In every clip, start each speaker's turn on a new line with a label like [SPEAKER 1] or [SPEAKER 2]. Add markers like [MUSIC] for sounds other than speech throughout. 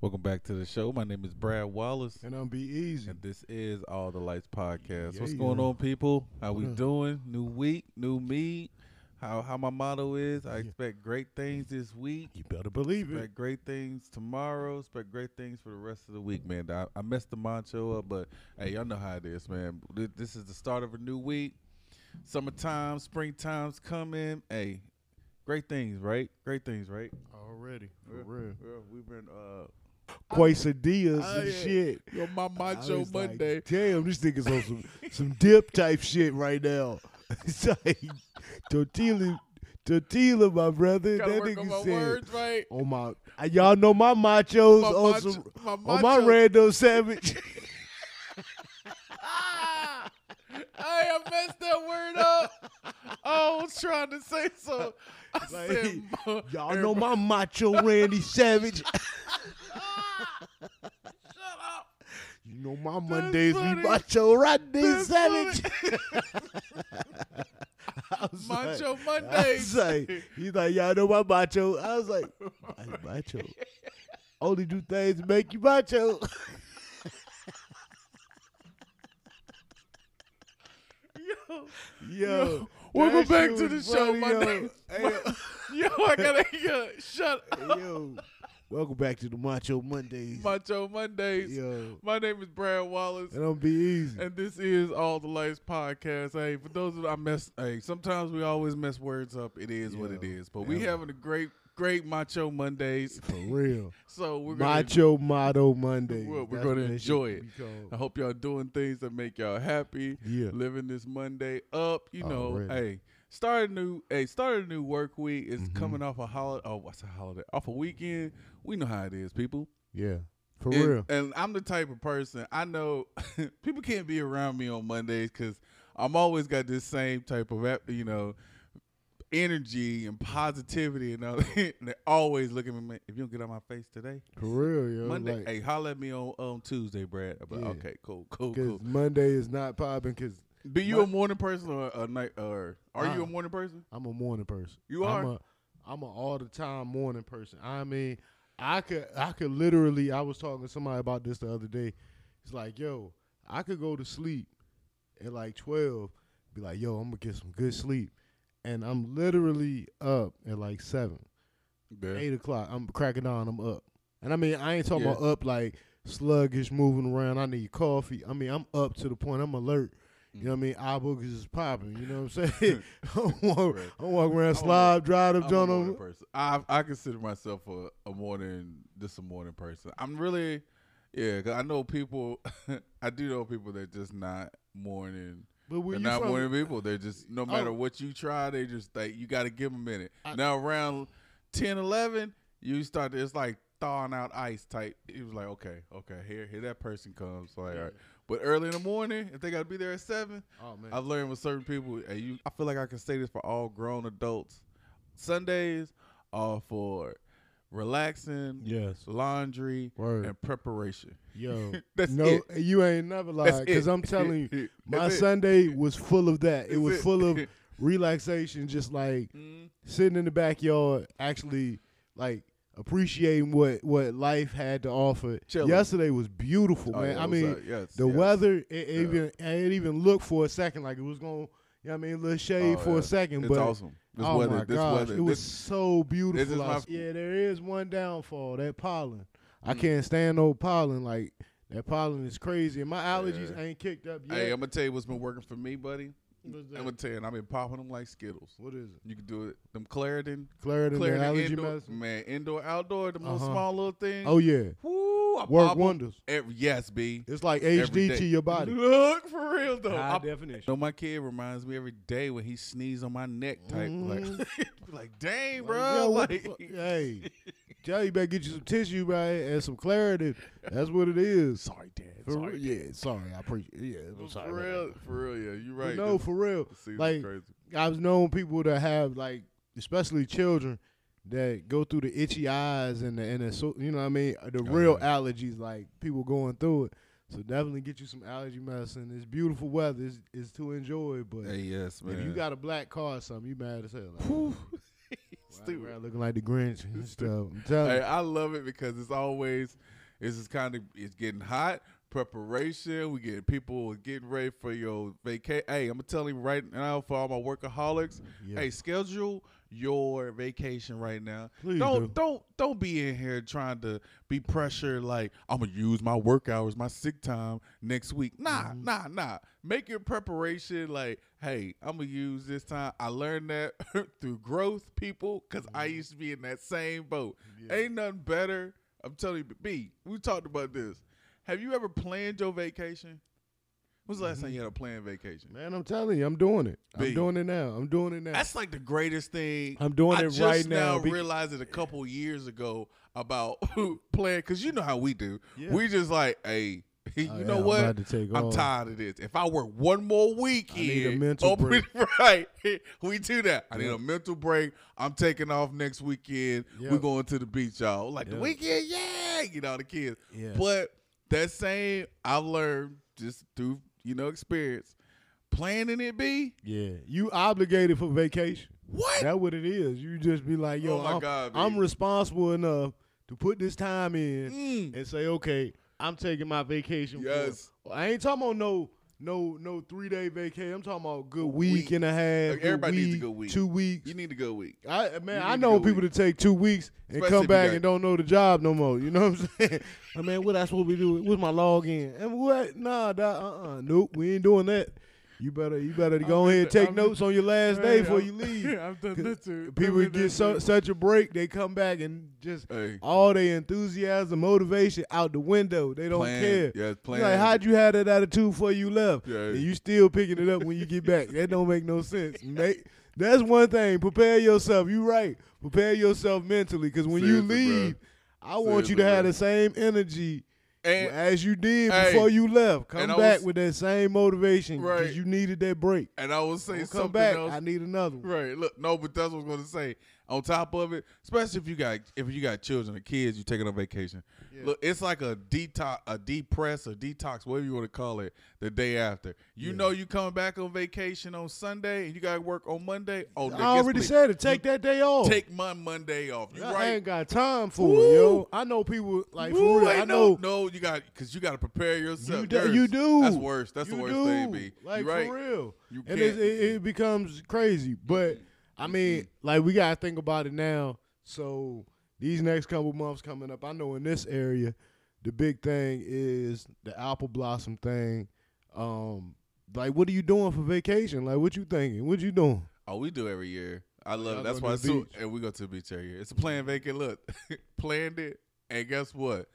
[SPEAKER 1] Welcome back to the show. My name is Brad Wallace,
[SPEAKER 2] And I'm be easy.
[SPEAKER 1] and this is All the Lights Podcast. What's
[SPEAKER 2] Yeah.
[SPEAKER 1] going on, people? How we
[SPEAKER 2] What up?
[SPEAKER 1] doing? New week, new me. How how my motto is? I expect great things this week.
[SPEAKER 2] You better believe it.
[SPEAKER 1] Expect great things tomorrow. Expect great things for the rest of the week, man. I, I messed the mantra up, but hey, y'all know how it is, man. Th- This is the start of a new week. Summertime, springtime's coming. Hey, great things, right? Great things, right?
[SPEAKER 2] Already. For
[SPEAKER 1] Yeah.
[SPEAKER 2] real.
[SPEAKER 1] Well, we've been uh
[SPEAKER 2] Quesadillas
[SPEAKER 1] Oh,
[SPEAKER 2] and
[SPEAKER 1] yeah.
[SPEAKER 2] shit.
[SPEAKER 1] Yo, my
[SPEAKER 2] I was like, Damn, this nigga's
[SPEAKER 1] [LAUGHS]
[SPEAKER 2] on some, some dip type shit right now. [LAUGHS] it's like tortilla, tortilla, my brother. that nigga said.
[SPEAKER 1] right?
[SPEAKER 2] On my, uh, y'all know my machos
[SPEAKER 1] My
[SPEAKER 2] on
[SPEAKER 1] macho-
[SPEAKER 2] some,
[SPEAKER 1] my
[SPEAKER 2] on my
[SPEAKER 1] macho-
[SPEAKER 2] random
[SPEAKER 1] [LAUGHS]
[SPEAKER 2] savage. [LAUGHS]
[SPEAKER 1] hey, I messed that word up. I was trying to say so. I
[SPEAKER 2] Like,
[SPEAKER 1] said, mo-
[SPEAKER 2] y'all know my macho Randy
[SPEAKER 1] [LAUGHS]
[SPEAKER 2] Savage.
[SPEAKER 1] Shut up.
[SPEAKER 2] You know my Mondays be
[SPEAKER 1] funny.
[SPEAKER 2] macho Randy
[SPEAKER 1] That's
[SPEAKER 2] Savage.
[SPEAKER 1] funny.
[SPEAKER 2] I was
[SPEAKER 1] Macho
[SPEAKER 2] like- I
[SPEAKER 1] Mondays.
[SPEAKER 2] was
[SPEAKER 1] [LAUGHS]
[SPEAKER 2] like, he's like, y'all know my macho. I was like, my macho. Only do things to make you macho.
[SPEAKER 1] Yo.
[SPEAKER 2] Yo,
[SPEAKER 1] Welcome
[SPEAKER 2] that
[SPEAKER 1] back
[SPEAKER 2] shit
[SPEAKER 1] to the
[SPEAKER 2] was
[SPEAKER 1] show,
[SPEAKER 2] funny,
[SPEAKER 1] my
[SPEAKER 2] yo.
[SPEAKER 1] nigga.
[SPEAKER 2] Hey,
[SPEAKER 1] Yo, I gotta [LAUGHS] yo, shut up.
[SPEAKER 2] yo. Yo. Welcome back to the Macho Mondays.
[SPEAKER 1] Macho Mondays.
[SPEAKER 2] Yo,
[SPEAKER 1] My name is Brad Wallace.
[SPEAKER 2] it don't be easy.
[SPEAKER 1] And this is all the lights podcast. Hey, for those of I mess, hey, sometimes we always mess words up. It is what it
[SPEAKER 2] Yeah.
[SPEAKER 1] is. But we
[SPEAKER 2] Yeah.
[SPEAKER 1] having a great, great macho
[SPEAKER 2] [LAUGHS]
[SPEAKER 1] Mondays.
[SPEAKER 2] For real.
[SPEAKER 1] So we're gonna.
[SPEAKER 2] Macho Motto Mondays.
[SPEAKER 1] We're- we're
[SPEAKER 2] That's
[SPEAKER 1] gonna
[SPEAKER 2] what that
[SPEAKER 1] enjoy it. Uh,
[SPEAKER 2] shit be called.
[SPEAKER 1] I hope y'all doing things that make y'all happy.
[SPEAKER 2] Yeah.
[SPEAKER 1] Living this Monday up, you know.
[SPEAKER 2] Already.
[SPEAKER 1] Hey, start a new. Hey, start a new work week. It's
[SPEAKER 2] Mhm.
[SPEAKER 1] coming off a holiday. Oh, what's a holiday? Off a weekend. We know how it is, people.
[SPEAKER 2] Yeah. For
[SPEAKER 1] and,
[SPEAKER 2] real.
[SPEAKER 1] And I'm the type of person I know [LAUGHS] people can't be around me on Mondays because I'm always got this same type of ap- you know energy and positivity and all. [LAUGHS] and they always looking at me. If you don't get on my face today,
[SPEAKER 2] For real, yo.
[SPEAKER 1] Monday,
[SPEAKER 2] like,
[SPEAKER 1] hey, holler at me on on Tuesday, Brad. I'm like,
[SPEAKER 2] Yeah.
[SPEAKER 1] okay, cool, cool,
[SPEAKER 2] Cause
[SPEAKER 1] cool.
[SPEAKER 2] Monday is not popping because
[SPEAKER 1] Be you
[SPEAKER 2] Mon-
[SPEAKER 1] a morning person or a night or are you a
[SPEAKER 2] Nah.
[SPEAKER 1] morning person?
[SPEAKER 2] I'm a morning person.
[SPEAKER 1] You
[SPEAKER 2] I'm
[SPEAKER 1] are?
[SPEAKER 2] A, I'm a all the time morning person. I mean, I could I could literally. I was talking to somebody about this the other day. It's like, yo, I could go to sleep at like twelve. Be like, yo, I'm gonna get some good sleep, and I'm literally up at like seven, eight o'clock. I'm cracking on. I'm up, and I mean, I ain't talking
[SPEAKER 1] Yeah.
[SPEAKER 2] about up like sluggish, moving around. I need coffee. I mean, I'm up to the point. I'm alert. You know what I mean? Eye boogers is popping. You know what
[SPEAKER 1] [LAUGHS]
[SPEAKER 2] I'm saying? [LAUGHS] I'm walk-
[SPEAKER 1] Right.
[SPEAKER 2] I'm walking
[SPEAKER 1] a
[SPEAKER 2] around slob, dry
[SPEAKER 1] I'm
[SPEAKER 2] up,
[SPEAKER 1] a
[SPEAKER 2] John.
[SPEAKER 1] morning
[SPEAKER 2] over-
[SPEAKER 1] person. I I consider myself a, a morning just a morning person. I'm really yeah. 'cause I know people. [LAUGHS] I do know people that just not morning.
[SPEAKER 2] But where
[SPEAKER 1] They're
[SPEAKER 2] you
[SPEAKER 1] not
[SPEAKER 2] from?
[SPEAKER 1] morning people. They're just no matter
[SPEAKER 2] Oh.
[SPEAKER 1] what you try, they just like you got to give them a minute.
[SPEAKER 2] I-
[SPEAKER 1] now around 10, 11, you start. To, it's like thawing out ice type. It was like okay, okay, here here that person comes. Like all right. But early in the morning, if they got to be there at seven,
[SPEAKER 2] Oh man.
[SPEAKER 1] I've learned with certain people, and you, I feel like I can say this for all grown adults. Sundays are for relaxing,
[SPEAKER 2] yes.
[SPEAKER 1] laundry,
[SPEAKER 2] Word.
[SPEAKER 1] and preparation.
[SPEAKER 2] Yo.
[SPEAKER 1] [LAUGHS] That's
[SPEAKER 2] no,
[SPEAKER 1] it.
[SPEAKER 2] you ain't never
[SPEAKER 1] That's
[SPEAKER 2] lied. Because
[SPEAKER 1] it.
[SPEAKER 2] I'm telling you,
[SPEAKER 1] [LAUGHS]
[SPEAKER 2] my
[SPEAKER 1] That's it.
[SPEAKER 2] Sunday was full of that. It
[SPEAKER 1] That's
[SPEAKER 2] was
[SPEAKER 1] it.
[SPEAKER 2] full
[SPEAKER 1] [LAUGHS]
[SPEAKER 2] of relaxation, just like
[SPEAKER 1] Mhm.
[SPEAKER 2] sitting in the backyard, actually like appreciating what what life had to offer.
[SPEAKER 1] Chilling.
[SPEAKER 2] Yesterday was beautiful,
[SPEAKER 1] Oh,
[SPEAKER 2] man.
[SPEAKER 1] yeah,
[SPEAKER 2] I
[SPEAKER 1] it was,
[SPEAKER 2] mean,
[SPEAKER 1] uh, yes,
[SPEAKER 2] the
[SPEAKER 1] yes.
[SPEAKER 2] weather. It, it even I didn't even look for a second like it was going. You know what I mean, a little shade
[SPEAKER 1] Oh,
[SPEAKER 2] for
[SPEAKER 1] yeah.
[SPEAKER 2] a second,
[SPEAKER 1] It's
[SPEAKER 2] but
[SPEAKER 1] awesome. This
[SPEAKER 2] oh
[SPEAKER 1] weather,
[SPEAKER 2] my
[SPEAKER 1] this
[SPEAKER 2] gosh,
[SPEAKER 1] weather,
[SPEAKER 2] it was
[SPEAKER 1] this-
[SPEAKER 2] so beautiful.
[SPEAKER 1] is my- Mm.
[SPEAKER 2] outside. yeah, there is one downfall that pollen. I can't stand no pollen. Like that pollen is crazy, and my allergies
[SPEAKER 1] Yeah.
[SPEAKER 2] ain't kicked up yet.
[SPEAKER 1] Hey, I'm gonna tell you what's been working for me, buddy.
[SPEAKER 2] What's that?
[SPEAKER 1] I'm gonna tell you, and I've been popping them like Skittles.
[SPEAKER 2] what is it?
[SPEAKER 1] You can do it. Them Claritin,
[SPEAKER 2] Claritin, the
[SPEAKER 1] Claritin
[SPEAKER 2] allergy
[SPEAKER 1] indoor,
[SPEAKER 2] medicine.
[SPEAKER 1] man, indoor, outdoor, the most
[SPEAKER 2] Uh-huh.
[SPEAKER 1] small little thing.
[SPEAKER 2] Oh yeah,
[SPEAKER 1] Woo, I
[SPEAKER 2] work
[SPEAKER 1] pop 'em
[SPEAKER 2] wonders.
[SPEAKER 1] every- yes, b.
[SPEAKER 2] It's like
[SPEAKER 1] Every
[SPEAKER 2] HD
[SPEAKER 1] day.
[SPEAKER 2] to
[SPEAKER 1] [LAUGHS]
[SPEAKER 2] your body.
[SPEAKER 1] Look for real though. I
[SPEAKER 2] definition.
[SPEAKER 1] [LAUGHS] No, my kid reminds me every day when he sneezes on my neck, type like, Mm-hmm. [LAUGHS] like, dang,
[SPEAKER 2] Yo,
[SPEAKER 1] bro,
[SPEAKER 2] what the
[SPEAKER 1] like, [LAUGHS]
[SPEAKER 2] fuck? hey, tell you better get you some tissue, man, and some Claritin. That's what it is. Sorry, Dad. For
[SPEAKER 1] Sorry,
[SPEAKER 2] real- yeah, sorry. I appreciate. Yeah, I'm sorry.
[SPEAKER 1] for
[SPEAKER 2] about
[SPEAKER 1] real,
[SPEAKER 2] that.
[SPEAKER 1] for real, yeah, you're
[SPEAKER 2] But
[SPEAKER 1] right.
[SPEAKER 2] No,
[SPEAKER 1] This
[SPEAKER 2] for real.
[SPEAKER 1] season's
[SPEAKER 2] like,
[SPEAKER 1] crazy.
[SPEAKER 2] I've known people that have like, especially children, that go through the itchy eyes and the and the, so you know what I mean the
[SPEAKER 1] Oh,
[SPEAKER 2] real
[SPEAKER 1] yeah.
[SPEAKER 2] allergies like people going through it. So definitely get you some allergy medicine. It's beautiful weather. It's, it's to enjoy, but
[SPEAKER 1] Hey, yes, man.
[SPEAKER 2] if you got a black car or something, you mad as hell. Like,
[SPEAKER 1] Whew.
[SPEAKER 2] [LAUGHS]
[SPEAKER 1] [LAUGHS]
[SPEAKER 2] why you
[SPEAKER 1] Stupid.
[SPEAKER 2] around looking like the Grinch and stuff. I'm telling
[SPEAKER 1] Hey,
[SPEAKER 2] you.
[SPEAKER 1] I love it because it's always it's just kind of it's getting hot. Preparation, we get people getting ready for your vacation. Hey, I'm telling you right now for all my workaholics.
[SPEAKER 2] Yeah.
[SPEAKER 1] Hey, schedule your vacation right now.
[SPEAKER 2] Please
[SPEAKER 1] don't
[SPEAKER 2] do.
[SPEAKER 1] not don't be in here trying to be pressured like I'm gonna use my work hours, my sick time next week. Nah,
[SPEAKER 2] Mm-hmm.
[SPEAKER 1] nah, nah. Make your preparation like, hey, I'm gonna use this time. I learned that [LAUGHS] through growth, people, because I
[SPEAKER 2] Mm-hmm.
[SPEAKER 1] used to be in that same boat. Ain't nothing better. I'm telling you, B. We talked about this. Have you ever planned your vacation? When's the last time you had a planned vacation?
[SPEAKER 2] Mm-hmm. Man, I'm telling you, I'm doing it. i
[SPEAKER 1] B.
[SPEAKER 2] I'm doing it now. I'm doing it now.
[SPEAKER 1] That's like the greatest thing.
[SPEAKER 2] I'm doing
[SPEAKER 1] I
[SPEAKER 2] it
[SPEAKER 1] just
[SPEAKER 2] right
[SPEAKER 1] now.
[SPEAKER 2] now bec-
[SPEAKER 1] realized it a couple years ago about [LAUGHS] playing because you know how we do.
[SPEAKER 2] Yeah.
[SPEAKER 1] We just like, hey, [LAUGHS] you
[SPEAKER 2] Oh, yeah,
[SPEAKER 1] know
[SPEAKER 2] I'm
[SPEAKER 1] what?
[SPEAKER 2] about to take
[SPEAKER 1] I'm
[SPEAKER 2] off.
[SPEAKER 1] tired of this. If I work one more week
[SPEAKER 2] I need a
[SPEAKER 1] here,
[SPEAKER 2] mental
[SPEAKER 1] open- [LAUGHS] right? We do that. I need
[SPEAKER 2] Yeah.
[SPEAKER 1] a mental break. I'm taking off next weekend.
[SPEAKER 2] Yeah.
[SPEAKER 1] We're going to the beach, y'all. Like the
[SPEAKER 2] Yeah.
[SPEAKER 1] weekend, yeah. You know the kids.
[SPEAKER 2] Yeah.
[SPEAKER 1] But that same I've learned just through you know experience. Planning it be
[SPEAKER 2] yeah, you obligated for vacation.
[SPEAKER 1] what?
[SPEAKER 2] That's what it is. You just be like, yo,
[SPEAKER 1] Oh my
[SPEAKER 2] I'm,
[SPEAKER 1] God, B.
[SPEAKER 2] I'm responsible enough to put this time in
[SPEAKER 1] Mm.
[SPEAKER 2] and say, okay, I'm taking my vacation. for-
[SPEAKER 1] Yes.
[SPEAKER 2] I ain't talking about no no no three day vacation. I'm talking about a good week,
[SPEAKER 1] Week.
[SPEAKER 2] and a half.
[SPEAKER 1] Like, everybody needs a good week.
[SPEAKER 2] Two weeks.
[SPEAKER 1] You need a good week.
[SPEAKER 2] I
[SPEAKER 1] you
[SPEAKER 2] man, I
[SPEAKER 1] need
[SPEAKER 2] know
[SPEAKER 1] to go
[SPEAKER 2] people to take two weeks and
[SPEAKER 1] Especially if
[SPEAKER 2] come
[SPEAKER 1] you
[SPEAKER 2] back
[SPEAKER 1] got-
[SPEAKER 2] and don't know the job no more. You know what I'm [LAUGHS] saying? I mean, what I supposed to be doing? What's my login? And what? Nah, uh, uh-uh. nope, we ain't doing that. You better, you better go
[SPEAKER 1] with
[SPEAKER 2] ahead and
[SPEAKER 1] the-
[SPEAKER 2] take
[SPEAKER 1] I'm with-
[SPEAKER 2] notes on your last day before
[SPEAKER 1] [LAUGHS]
[SPEAKER 2] you leave.
[SPEAKER 1] I've done that too.
[SPEAKER 2] People get so, [LAUGHS] such a break, they come back and just
[SPEAKER 1] Hey.
[SPEAKER 2] all their enthusiasm, motivation out the window. They don't
[SPEAKER 1] Plan.
[SPEAKER 2] care.
[SPEAKER 1] Yeah,
[SPEAKER 2] It's
[SPEAKER 1] plan.
[SPEAKER 2] Like, how'd you have that attitude before you left?
[SPEAKER 1] Yeah.
[SPEAKER 2] And you still picking it up when you get back. That don't make no sense. Make that's one thing. Prepare yourself. You right. Prepare yourself mentally, because when you
[SPEAKER 1] Seriously, bruh.
[SPEAKER 2] leave, I want
[SPEAKER 1] Seriously,
[SPEAKER 2] you to have
[SPEAKER 1] bruh.
[SPEAKER 2] the same energy
[SPEAKER 1] And-
[SPEAKER 2] as you did
[SPEAKER 1] Hey.
[SPEAKER 2] before you left. Come
[SPEAKER 1] And I
[SPEAKER 2] back
[SPEAKER 1] was-
[SPEAKER 2] with that same motivation because
[SPEAKER 1] Right.
[SPEAKER 2] you needed that break.
[SPEAKER 1] and I would say
[SPEAKER 2] Don't
[SPEAKER 1] something
[SPEAKER 2] come back.
[SPEAKER 1] else.
[SPEAKER 2] I need another one.
[SPEAKER 1] Right. Look, no, but that's what I was gonna say. On top of it, especially if you got if you got children or kids, you taking on vacation. Look, it's like a detox, a depress, or detox, whatever you want to call it, the day after. You know, you coming back on vacation on Sunday and you got to work on Monday. Oh, then
[SPEAKER 2] I
[SPEAKER 1] guess
[SPEAKER 2] already
[SPEAKER 1] what?
[SPEAKER 2] said it. Take that day off.
[SPEAKER 1] Take my Monday off. You
[SPEAKER 2] I
[SPEAKER 1] right?
[SPEAKER 2] ain't got time for
[SPEAKER 1] Woo.
[SPEAKER 2] it, yo. I know people like
[SPEAKER 1] Ooh,
[SPEAKER 2] for real.
[SPEAKER 1] ain't
[SPEAKER 2] I know
[SPEAKER 1] No, no, you got because you got to prepare yourself.
[SPEAKER 2] You do.
[SPEAKER 1] Nurse,
[SPEAKER 2] You do.
[SPEAKER 1] That's worse. That's the
[SPEAKER 2] You
[SPEAKER 1] worst
[SPEAKER 2] do.
[SPEAKER 1] thing, B.
[SPEAKER 2] Like
[SPEAKER 1] you right.
[SPEAKER 2] for real.
[SPEAKER 1] You
[SPEAKER 2] and it's,
[SPEAKER 1] can't-
[SPEAKER 2] it, it becomes crazy. But I mean, like we gotta think about it now. So these next couple months coming up, I know in this area, the big thing is the apple blossom thing. Um, like what are you doing for vacation? Like what you thinking? What you doing?
[SPEAKER 1] Oh, we do every year. I love
[SPEAKER 2] y'all
[SPEAKER 1] it. That's
[SPEAKER 2] go
[SPEAKER 1] why
[SPEAKER 2] to
[SPEAKER 1] it's
[SPEAKER 2] the
[SPEAKER 1] so,
[SPEAKER 2] beach.
[SPEAKER 1] and we go to the beach every year. It's a planned vacant. Look, [LAUGHS] planned it, and guess what?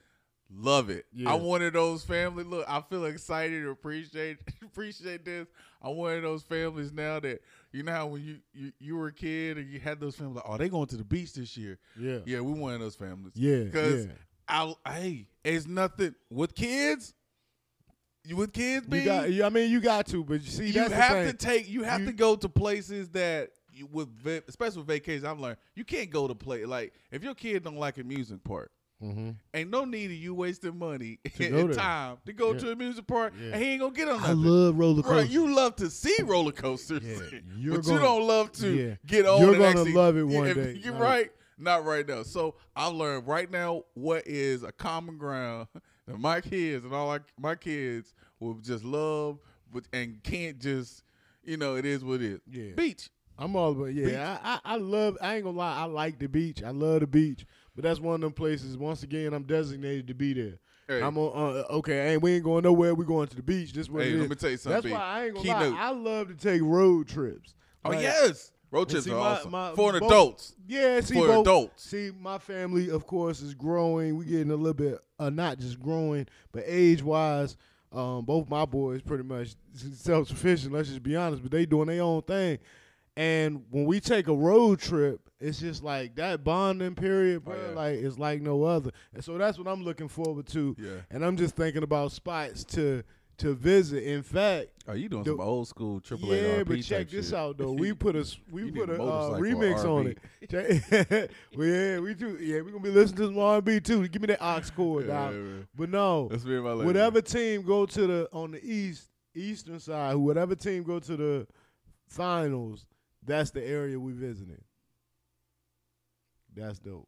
[SPEAKER 1] Love it.
[SPEAKER 2] Yeah.
[SPEAKER 1] I'm one of those family. Look, I feel excited. Appreciate [LAUGHS] appreciate this. I'm one of those families now that you know how when you you, you were a kid and you had those families. Like, oh, they going to the beach this year.
[SPEAKER 2] Yeah.
[SPEAKER 1] Yeah, we one of those families.
[SPEAKER 2] Yeah,
[SPEAKER 1] because
[SPEAKER 2] yeah.
[SPEAKER 1] I hey, it's nothing with kids. You with kids, be
[SPEAKER 2] You got I mean you got to, but you see
[SPEAKER 1] you
[SPEAKER 2] that's the
[SPEAKER 1] have to
[SPEAKER 2] thing.
[SPEAKER 1] take. You have
[SPEAKER 2] You-
[SPEAKER 1] to go to places that you with, va- especially with vacation. I've learned you can't go to play like if your kid don't like amusement park.
[SPEAKER 2] Mhm.
[SPEAKER 1] Ain't no need of you wasting money [LAUGHS]
[SPEAKER 2] go
[SPEAKER 1] and
[SPEAKER 2] there.
[SPEAKER 1] time to go
[SPEAKER 2] Yeah.
[SPEAKER 1] to a music park,
[SPEAKER 2] Yeah.
[SPEAKER 1] and he ain't gonna get on
[SPEAKER 2] I
[SPEAKER 1] nothing.
[SPEAKER 2] love roller coasters.
[SPEAKER 1] Right, you love to see roller coasters,
[SPEAKER 2] Yeah,
[SPEAKER 1] [LAUGHS]
[SPEAKER 2] you're
[SPEAKER 1] but you
[SPEAKER 2] gonna-
[SPEAKER 1] don't love to
[SPEAKER 2] yeah.
[SPEAKER 1] get on.
[SPEAKER 2] You're
[SPEAKER 1] and
[SPEAKER 2] gonna
[SPEAKER 1] actually- [LAUGHS]
[SPEAKER 2] love it one
[SPEAKER 1] if-
[SPEAKER 2] day.
[SPEAKER 1] You're
[SPEAKER 2] No.
[SPEAKER 1] right, not right now. So I learned right now what is a common ground [LAUGHS] that my kids and all I, my kids will just love, but and can't just, you know, it is what it is.
[SPEAKER 2] Yeah.
[SPEAKER 1] Beach.
[SPEAKER 2] I'm all about
[SPEAKER 1] Beach.
[SPEAKER 2] yeah. I, I I love. I ain't gonna lie. I like the beach. I love the beach. But that's one of them places. Once again, I'm designated to be there.
[SPEAKER 1] Hey.
[SPEAKER 2] I'm on. Uh, okay, ain't we ain't going nowhere. We going to the beach. This what
[SPEAKER 1] Hey,
[SPEAKER 2] it
[SPEAKER 1] let
[SPEAKER 2] is.
[SPEAKER 1] me tell you
[SPEAKER 2] That's
[SPEAKER 1] something,
[SPEAKER 2] why
[SPEAKER 1] B.
[SPEAKER 2] I ain't gonna
[SPEAKER 1] Keynote.
[SPEAKER 2] lie. I love to take road trips.
[SPEAKER 1] Oh
[SPEAKER 2] Like,
[SPEAKER 1] yes, road
[SPEAKER 2] and
[SPEAKER 1] trips
[SPEAKER 2] see,
[SPEAKER 1] are
[SPEAKER 2] my-
[SPEAKER 1] awesome
[SPEAKER 2] my-
[SPEAKER 1] for an
[SPEAKER 2] both-
[SPEAKER 1] adults.
[SPEAKER 2] Yeah, see,
[SPEAKER 1] For
[SPEAKER 2] both,
[SPEAKER 1] adults.
[SPEAKER 2] See, my family, of course, is growing. We getting a little bit, uh, not just growing, but age wise, um, both my boys pretty much self sufficient. Let's just be honest, but they doing their own thing. And when we take a road trip, it's just like that bonding period, bro.
[SPEAKER 1] Oh, yeah.
[SPEAKER 2] Like it's like no other. And so that's what I'm looking forward to.
[SPEAKER 1] Yeah.
[SPEAKER 2] And I'm just thinking about spots to to visit. In fact,
[SPEAKER 1] Oh, you doing
[SPEAKER 2] The-
[SPEAKER 1] some old school triple
[SPEAKER 2] yeah,
[SPEAKER 1] A RP
[SPEAKER 2] but
[SPEAKER 1] type
[SPEAKER 2] check this
[SPEAKER 1] shit. [LAUGHS]
[SPEAKER 2] out though. We put a s- we
[SPEAKER 1] You
[SPEAKER 2] put
[SPEAKER 1] need
[SPEAKER 2] a
[SPEAKER 1] a
[SPEAKER 2] uh, remix
[SPEAKER 1] motorcycle or
[SPEAKER 2] on it.
[SPEAKER 1] [LAUGHS]
[SPEAKER 2] Check- [LAUGHS] well, yeah, we do. Yeah, we gonna be listening to some R and B too. Give me that ox chord,
[SPEAKER 1] Yeah,
[SPEAKER 2] dog.
[SPEAKER 1] man.
[SPEAKER 2] But no,
[SPEAKER 1] That's me and my lady.
[SPEAKER 2] whatever team go to the on the east eastern side, whatever team go to the finals, that's the area we visiting. That's dope.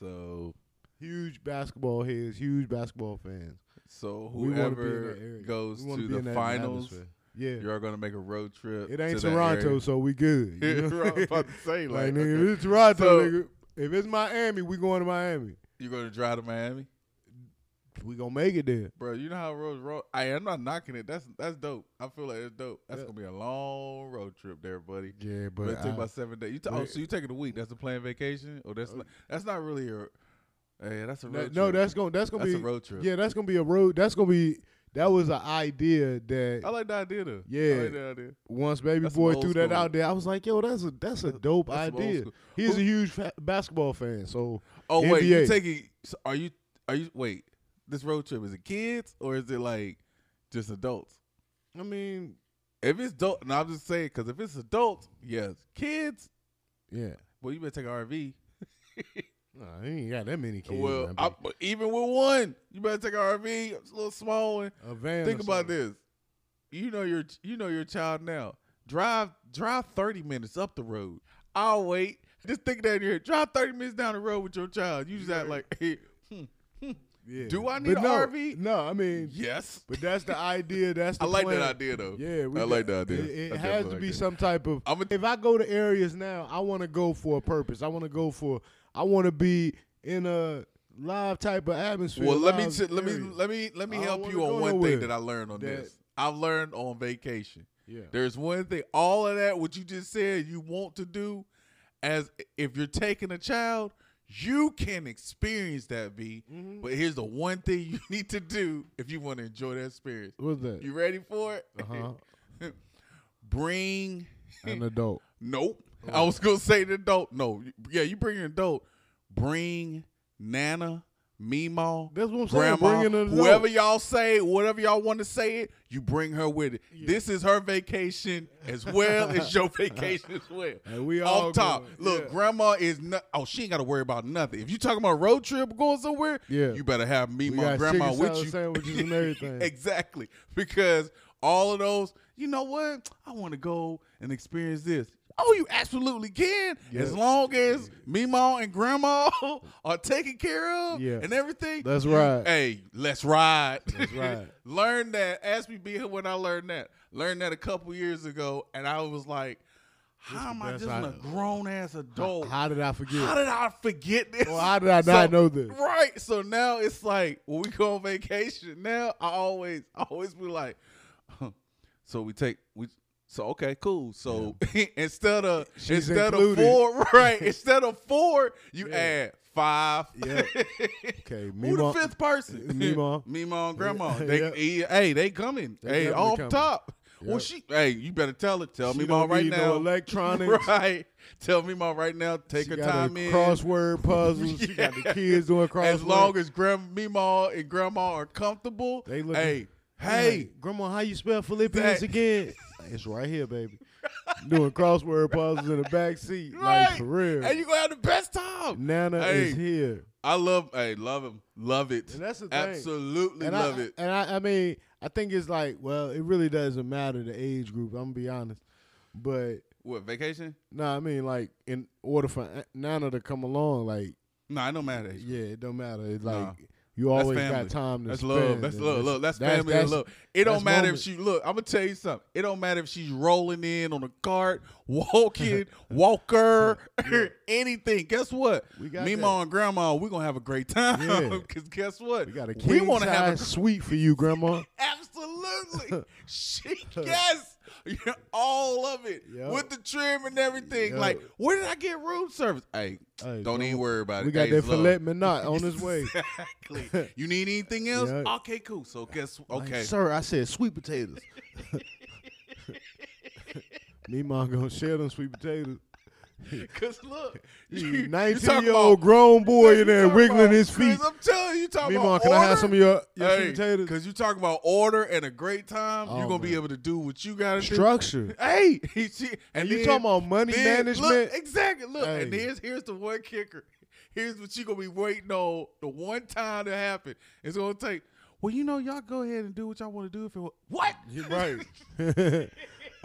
[SPEAKER 1] So,
[SPEAKER 2] Huge basketball heads, huge basketball fans.
[SPEAKER 1] so
[SPEAKER 2] We wanna be in that
[SPEAKER 1] whoever
[SPEAKER 2] area.
[SPEAKER 1] goes
[SPEAKER 2] We wanna
[SPEAKER 1] to
[SPEAKER 2] be
[SPEAKER 1] the
[SPEAKER 2] in that
[SPEAKER 1] finals,
[SPEAKER 2] atmosphere. Yeah.
[SPEAKER 1] you're going to make a road trip.
[SPEAKER 2] It ain't
[SPEAKER 1] to that
[SPEAKER 2] Toronto,
[SPEAKER 1] area.
[SPEAKER 2] so we
[SPEAKER 1] [LAUGHS]
[SPEAKER 2] good. you know?
[SPEAKER 1] Right, I was
[SPEAKER 2] [LAUGHS]
[SPEAKER 1] about to say,
[SPEAKER 2] like,
[SPEAKER 1] like,
[SPEAKER 2] nigga,
[SPEAKER 1] okay.
[SPEAKER 2] if it's Toronto,
[SPEAKER 1] So-
[SPEAKER 2] nigga. If it's Miami, we going to Miami.
[SPEAKER 1] You're going to drive to Miami,
[SPEAKER 2] We gonna make it there.
[SPEAKER 1] bro. You know how roads roll. I am not knocking it. That's that's dope. I feel like it's dope. That's
[SPEAKER 2] Yeah.
[SPEAKER 1] gonna be a long road trip there, buddy.
[SPEAKER 2] Yeah,
[SPEAKER 1] But
[SPEAKER 2] but
[SPEAKER 1] it take
[SPEAKER 2] I,
[SPEAKER 1] about seven days. You ta- oh,
[SPEAKER 2] but- Oh.
[SPEAKER 1] so you taking a week? That's a planned vacation, or that's not, that's not really a. Hey, that's a
[SPEAKER 2] no,
[SPEAKER 1] road
[SPEAKER 2] no,
[SPEAKER 1] trip.
[SPEAKER 2] that's gonna that's gonna
[SPEAKER 1] that's
[SPEAKER 2] be
[SPEAKER 1] a road trip.
[SPEAKER 2] yeah, that's gonna be a road. That's gonna be that was an idea that
[SPEAKER 1] I like the idea though. I
[SPEAKER 2] Yeah.
[SPEAKER 1] like the idea.
[SPEAKER 2] once baby
[SPEAKER 1] Oh, That's some
[SPEAKER 2] boy
[SPEAKER 1] old
[SPEAKER 2] threw that
[SPEAKER 1] school.
[SPEAKER 2] out there, I was like, yo, that's a that's a dope
[SPEAKER 1] that's some old
[SPEAKER 2] idea.
[SPEAKER 1] school.
[SPEAKER 2] He's
[SPEAKER 1] Who-
[SPEAKER 2] a huge fa- basketball fan, so
[SPEAKER 1] Oh wait, you
[SPEAKER 2] NBA.
[SPEAKER 1] taking? So are you are you wait? This road trip is it kids or is it like just adults?
[SPEAKER 2] I mean,
[SPEAKER 1] If it's adult, and I'm just saying because if it's adults, yes, kids.
[SPEAKER 2] yeah,
[SPEAKER 1] Well, you better take an RV.
[SPEAKER 2] nah, he ain't got that many kids.
[SPEAKER 1] well,
[SPEAKER 2] man,
[SPEAKER 1] I,
[SPEAKER 2] but
[SPEAKER 1] but even with one, you better take an RV. It's a little small one.
[SPEAKER 2] a van.
[SPEAKER 1] Think
[SPEAKER 2] or
[SPEAKER 1] about
[SPEAKER 2] something.
[SPEAKER 1] this. You know your you know your child now. Drive drive thirty minutes up the road. I'll wait. Just think that in your head. Drive thirty minutes down the road with your child. You just act like, hey,
[SPEAKER 2] Yeah.
[SPEAKER 1] Do I need
[SPEAKER 2] eh, But
[SPEAKER 1] a
[SPEAKER 2] no,
[SPEAKER 1] RV?
[SPEAKER 2] No, I mean,
[SPEAKER 1] yes.
[SPEAKER 2] but that's the idea. That's
[SPEAKER 1] [LAUGHS]
[SPEAKER 2] the
[SPEAKER 1] I like
[SPEAKER 2] plan.
[SPEAKER 1] that idea though.
[SPEAKER 2] Yeah,
[SPEAKER 1] I
[SPEAKER 2] got-
[SPEAKER 1] like the idea.
[SPEAKER 2] It, it
[SPEAKER 1] I
[SPEAKER 2] has
[SPEAKER 1] definitely
[SPEAKER 2] to
[SPEAKER 1] like
[SPEAKER 2] be
[SPEAKER 1] that.
[SPEAKER 2] some type of.
[SPEAKER 1] I'ma-
[SPEAKER 2] if I go to areas now, I want to go for a purpose. I want to go for. I want to be in a live type of atmosphere.
[SPEAKER 1] Well, let me
[SPEAKER 2] live
[SPEAKER 1] t- let me
[SPEAKER 2] area.
[SPEAKER 1] let me let me
[SPEAKER 2] I don't
[SPEAKER 1] help
[SPEAKER 2] wanna
[SPEAKER 1] you
[SPEAKER 2] go
[SPEAKER 1] on one
[SPEAKER 2] nowhere.
[SPEAKER 1] thing that I learned on
[SPEAKER 2] That-
[SPEAKER 1] this. I've learned on vacation.
[SPEAKER 2] Yeah.
[SPEAKER 1] There's one thing, all of that, what you just said, you want to do, as if you're taking a child, you can experience that, V.
[SPEAKER 2] Mm-hmm.
[SPEAKER 1] But here's the one thing you [LAUGHS] need to do if you want to enjoy that experience.
[SPEAKER 2] What's that?
[SPEAKER 1] You ready for it?
[SPEAKER 2] Uh-huh.
[SPEAKER 1] [LAUGHS] bring,
[SPEAKER 2] An adult.
[SPEAKER 1] nope. I
[SPEAKER 2] Oh.
[SPEAKER 1] was going to say the adult. No, yeah, you bring an adult. Bring Nana, Mimo,
[SPEAKER 2] That's what I'm saying.
[SPEAKER 1] grandma,
[SPEAKER 2] Bringing an adult.
[SPEAKER 1] whoever y'all say, whatever y'all want to say it, you bring her with it. This is her vacation as well as
[SPEAKER 2] [LAUGHS]
[SPEAKER 1] your vacation as well.
[SPEAKER 2] And we all
[SPEAKER 1] Off top,
[SPEAKER 2] going,
[SPEAKER 1] look,
[SPEAKER 2] yeah.
[SPEAKER 1] grandma is not. Oh, she ain't got to worry about nothing. If you talking about road trip going somewhere,
[SPEAKER 2] Yeah.
[SPEAKER 1] you better have me,
[SPEAKER 2] We
[SPEAKER 1] my
[SPEAKER 2] got
[SPEAKER 1] grandma,
[SPEAKER 2] chicken
[SPEAKER 1] with
[SPEAKER 2] salad
[SPEAKER 1] you.
[SPEAKER 2] sandwiches and
[SPEAKER 1] [LAUGHS]
[SPEAKER 2] everything.
[SPEAKER 1] exactly, because all of those. You know what? I want to go and experience this. Oh, you absolutely can, as
[SPEAKER 2] Yeah.
[SPEAKER 1] long as Mimo and Grandma [LAUGHS] are taken care of
[SPEAKER 2] Yeah.
[SPEAKER 1] and everything.
[SPEAKER 2] That's
[SPEAKER 1] you-
[SPEAKER 2] right.
[SPEAKER 1] Hey, let's ride. [LAUGHS]
[SPEAKER 2] Let's ride.
[SPEAKER 1] Learn that. Ask me be here when I learned that. Learned that a couple years ago, and I was like, "How am I
[SPEAKER 2] best
[SPEAKER 1] just
[SPEAKER 2] I-
[SPEAKER 1] a grown ass adult? How,
[SPEAKER 2] How did I forget?
[SPEAKER 1] did I forget this?
[SPEAKER 2] Or how did I not know this?
[SPEAKER 1] Right. So now it's like when we go on vacation. Now I always, I always be like, huh. so we take we. So okay, cool. So [LAUGHS] instead of
[SPEAKER 2] She's
[SPEAKER 1] instead
[SPEAKER 2] included.
[SPEAKER 1] of four, [LAUGHS]
[SPEAKER 2] [LAUGHS]
[SPEAKER 1] right? Instead of four, you
[SPEAKER 2] Yeah.
[SPEAKER 1] add five.
[SPEAKER 2] Yeah. Okay,
[SPEAKER 1] [LAUGHS] Who the
[SPEAKER 2] Meemaw-
[SPEAKER 1] fifth person?
[SPEAKER 2] [LAUGHS]
[SPEAKER 1] [LAUGHS]
[SPEAKER 2] Meemaw.
[SPEAKER 1] Meemaw and grandma.
[SPEAKER 2] Yeah. [LAUGHS]
[SPEAKER 1] They, eh, Hey, they coming. hey,
[SPEAKER 2] definitely
[SPEAKER 1] off
[SPEAKER 2] coming.
[SPEAKER 1] top. Well,
[SPEAKER 2] Yep.
[SPEAKER 1] she. Hey, you better tell it. Tell
[SPEAKER 2] She
[SPEAKER 1] me
[SPEAKER 2] don't
[SPEAKER 1] right
[SPEAKER 2] need
[SPEAKER 1] now. [LAUGHS]
[SPEAKER 2] No electronics.
[SPEAKER 1] right. Tell me right now. Take
[SPEAKER 2] She
[SPEAKER 1] her
[SPEAKER 2] got
[SPEAKER 1] time
[SPEAKER 2] her
[SPEAKER 1] in. [LAUGHS]
[SPEAKER 2] Crossword puzzles. She got
[SPEAKER 1] Yeah.
[SPEAKER 2] the kids doing crossword.
[SPEAKER 1] as long as Grand Meemaw and Grandma are comfortable.
[SPEAKER 2] They looking-
[SPEAKER 1] Hey,
[SPEAKER 2] I'm
[SPEAKER 1] hey,
[SPEAKER 2] like, grandma, how you spell Philippians
[SPEAKER 1] That-
[SPEAKER 2] again?
[SPEAKER 1] [LAUGHS]
[SPEAKER 2] it's right here, baby. [LAUGHS] Doing crossword puzzles in the back seat,
[SPEAKER 1] right?
[SPEAKER 2] like for real.
[SPEAKER 1] And you gonna have the best time.
[SPEAKER 2] Nana is
[SPEAKER 1] Hey.
[SPEAKER 2] here,
[SPEAKER 1] I love. Hey, love him. Love it.
[SPEAKER 2] and that's the thing.
[SPEAKER 1] Absolutely
[SPEAKER 2] and
[SPEAKER 1] love
[SPEAKER 2] I,
[SPEAKER 1] it.
[SPEAKER 2] And I, I mean, I think it's like, well, it really doesn't matter the age group. I'm gonna be honest, but
[SPEAKER 1] What vacation?
[SPEAKER 2] no, I mean, like in order for Nana to come along, like
[SPEAKER 1] No, I don't matter.
[SPEAKER 2] yeah, it don't matter. It's like
[SPEAKER 1] Nah.
[SPEAKER 2] you always
[SPEAKER 1] family.
[SPEAKER 2] got time to
[SPEAKER 1] That's
[SPEAKER 2] spend.
[SPEAKER 1] love. That's
[SPEAKER 2] and
[SPEAKER 1] love. Look, that's, family and
[SPEAKER 2] that's-
[SPEAKER 1] love. It don't
[SPEAKER 2] that's
[SPEAKER 1] matter
[SPEAKER 2] moment.
[SPEAKER 1] if she look. I'm gonna tell you something. It don't matter if she's rolling in on a cart, [LAUGHS]
[SPEAKER 2] [LAUGHS]
[SPEAKER 1] walking, walker, [LAUGHS] anything. Guess what?
[SPEAKER 2] We got
[SPEAKER 1] Meemaw
[SPEAKER 2] that.
[SPEAKER 1] and Grandma, we gonna have a great time.
[SPEAKER 2] Yeah.
[SPEAKER 1] [LAUGHS] Cause guess what?
[SPEAKER 2] We got a
[SPEAKER 1] We
[SPEAKER 2] king
[SPEAKER 1] wanna have
[SPEAKER 2] size
[SPEAKER 1] a
[SPEAKER 2] suite for
[SPEAKER 1] [LAUGHS]
[SPEAKER 2] you, Grandma.
[SPEAKER 1] absolutely.
[SPEAKER 2] [LAUGHS]
[SPEAKER 1] she yes, all of it
[SPEAKER 2] Yep.
[SPEAKER 1] with the trim and everything.
[SPEAKER 2] Yep.
[SPEAKER 1] Like, where did I get room service? Hey,
[SPEAKER 2] Hey,
[SPEAKER 1] don't even worry about it.
[SPEAKER 2] We got
[SPEAKER 1] Hey,
[SPEAKER 2] that
[SPEAKER 1] it's love.
[SPEAKER 2] filet mignon
[SPEAKER 1] [LAUGHS]
[SPEAKER 2] on his way. [LAUGHS]
[SPEAKER 1] Exactly. You need anything else?
[SPEAKER 2] Yeah.
[SPEAKER 1] Okay, cool. So guess
[SPEAKER 2] Like,
[SPEAKER 1] okay.
[SPEAKER 2] sir, I said sweet [LAUGHS] potatoes.
[SPEAKER 1] [LAUGHS]
[SPEAKER 2] Me mom gonna share them sweet potatoes.
[SPEAKER 1] [LAUGHS] Cause look,
[SPEAKER 2] [LAUGHS] You
[SPEAKER 1] talking
[SPEAKER 2] 19 year
[SPEAKER 1] about-
[SPEAKER 2] old grown boy in there
[SPEAKER 1] you talking
[SPEAKER 2] wiggling
[SPEAKER 1] about-
[SPEAKER 2] his feet.
[SPEAKER 1] Cause I'm telling you, you talking
[SPEAKER 2] Meanwhile,
[SPEAKER 1] about
[SPEAKER 2] can I have
[SPEAKER 1] order?
[SPEAKER 2] some of your, your
[SPEAKER 1] Hey,
[SPEAKER 2] sweet potatoes?
[SPEAKER 1] Cause you talking about order and a great time.
[SPEAKER 2] Oh,
[SPEAKER 1] you're gonna be
[SPEAKER 2] man.
[SPEAKER 1] able to do what you gotta
[SPEAKER 2] Structure.
[SPEAKER 1] do. Hey, he- she, [LAUGHS] and
[SPEAKER 2] And you
[SPEAKER 1] then-
[SPEAKER 2] talking about money
[SPEAKER 1] then- look,
[SPEAKER 2] management?
[SPEAKER 1] exactly. Look, and
[SPEAKER 2] Hey.
[SPEAKER 1] here's here's the one kicker. Here's what you gonna be waiting on the one time to happen. It's gonna take. Well, you know, y'all go ahead and do what y'all want to do. If it wa- what?
[SPEAKER 2] You're
[SPEAKER 1] [LAUGHS]
[SPEAKER 2] right. [LAUGHS]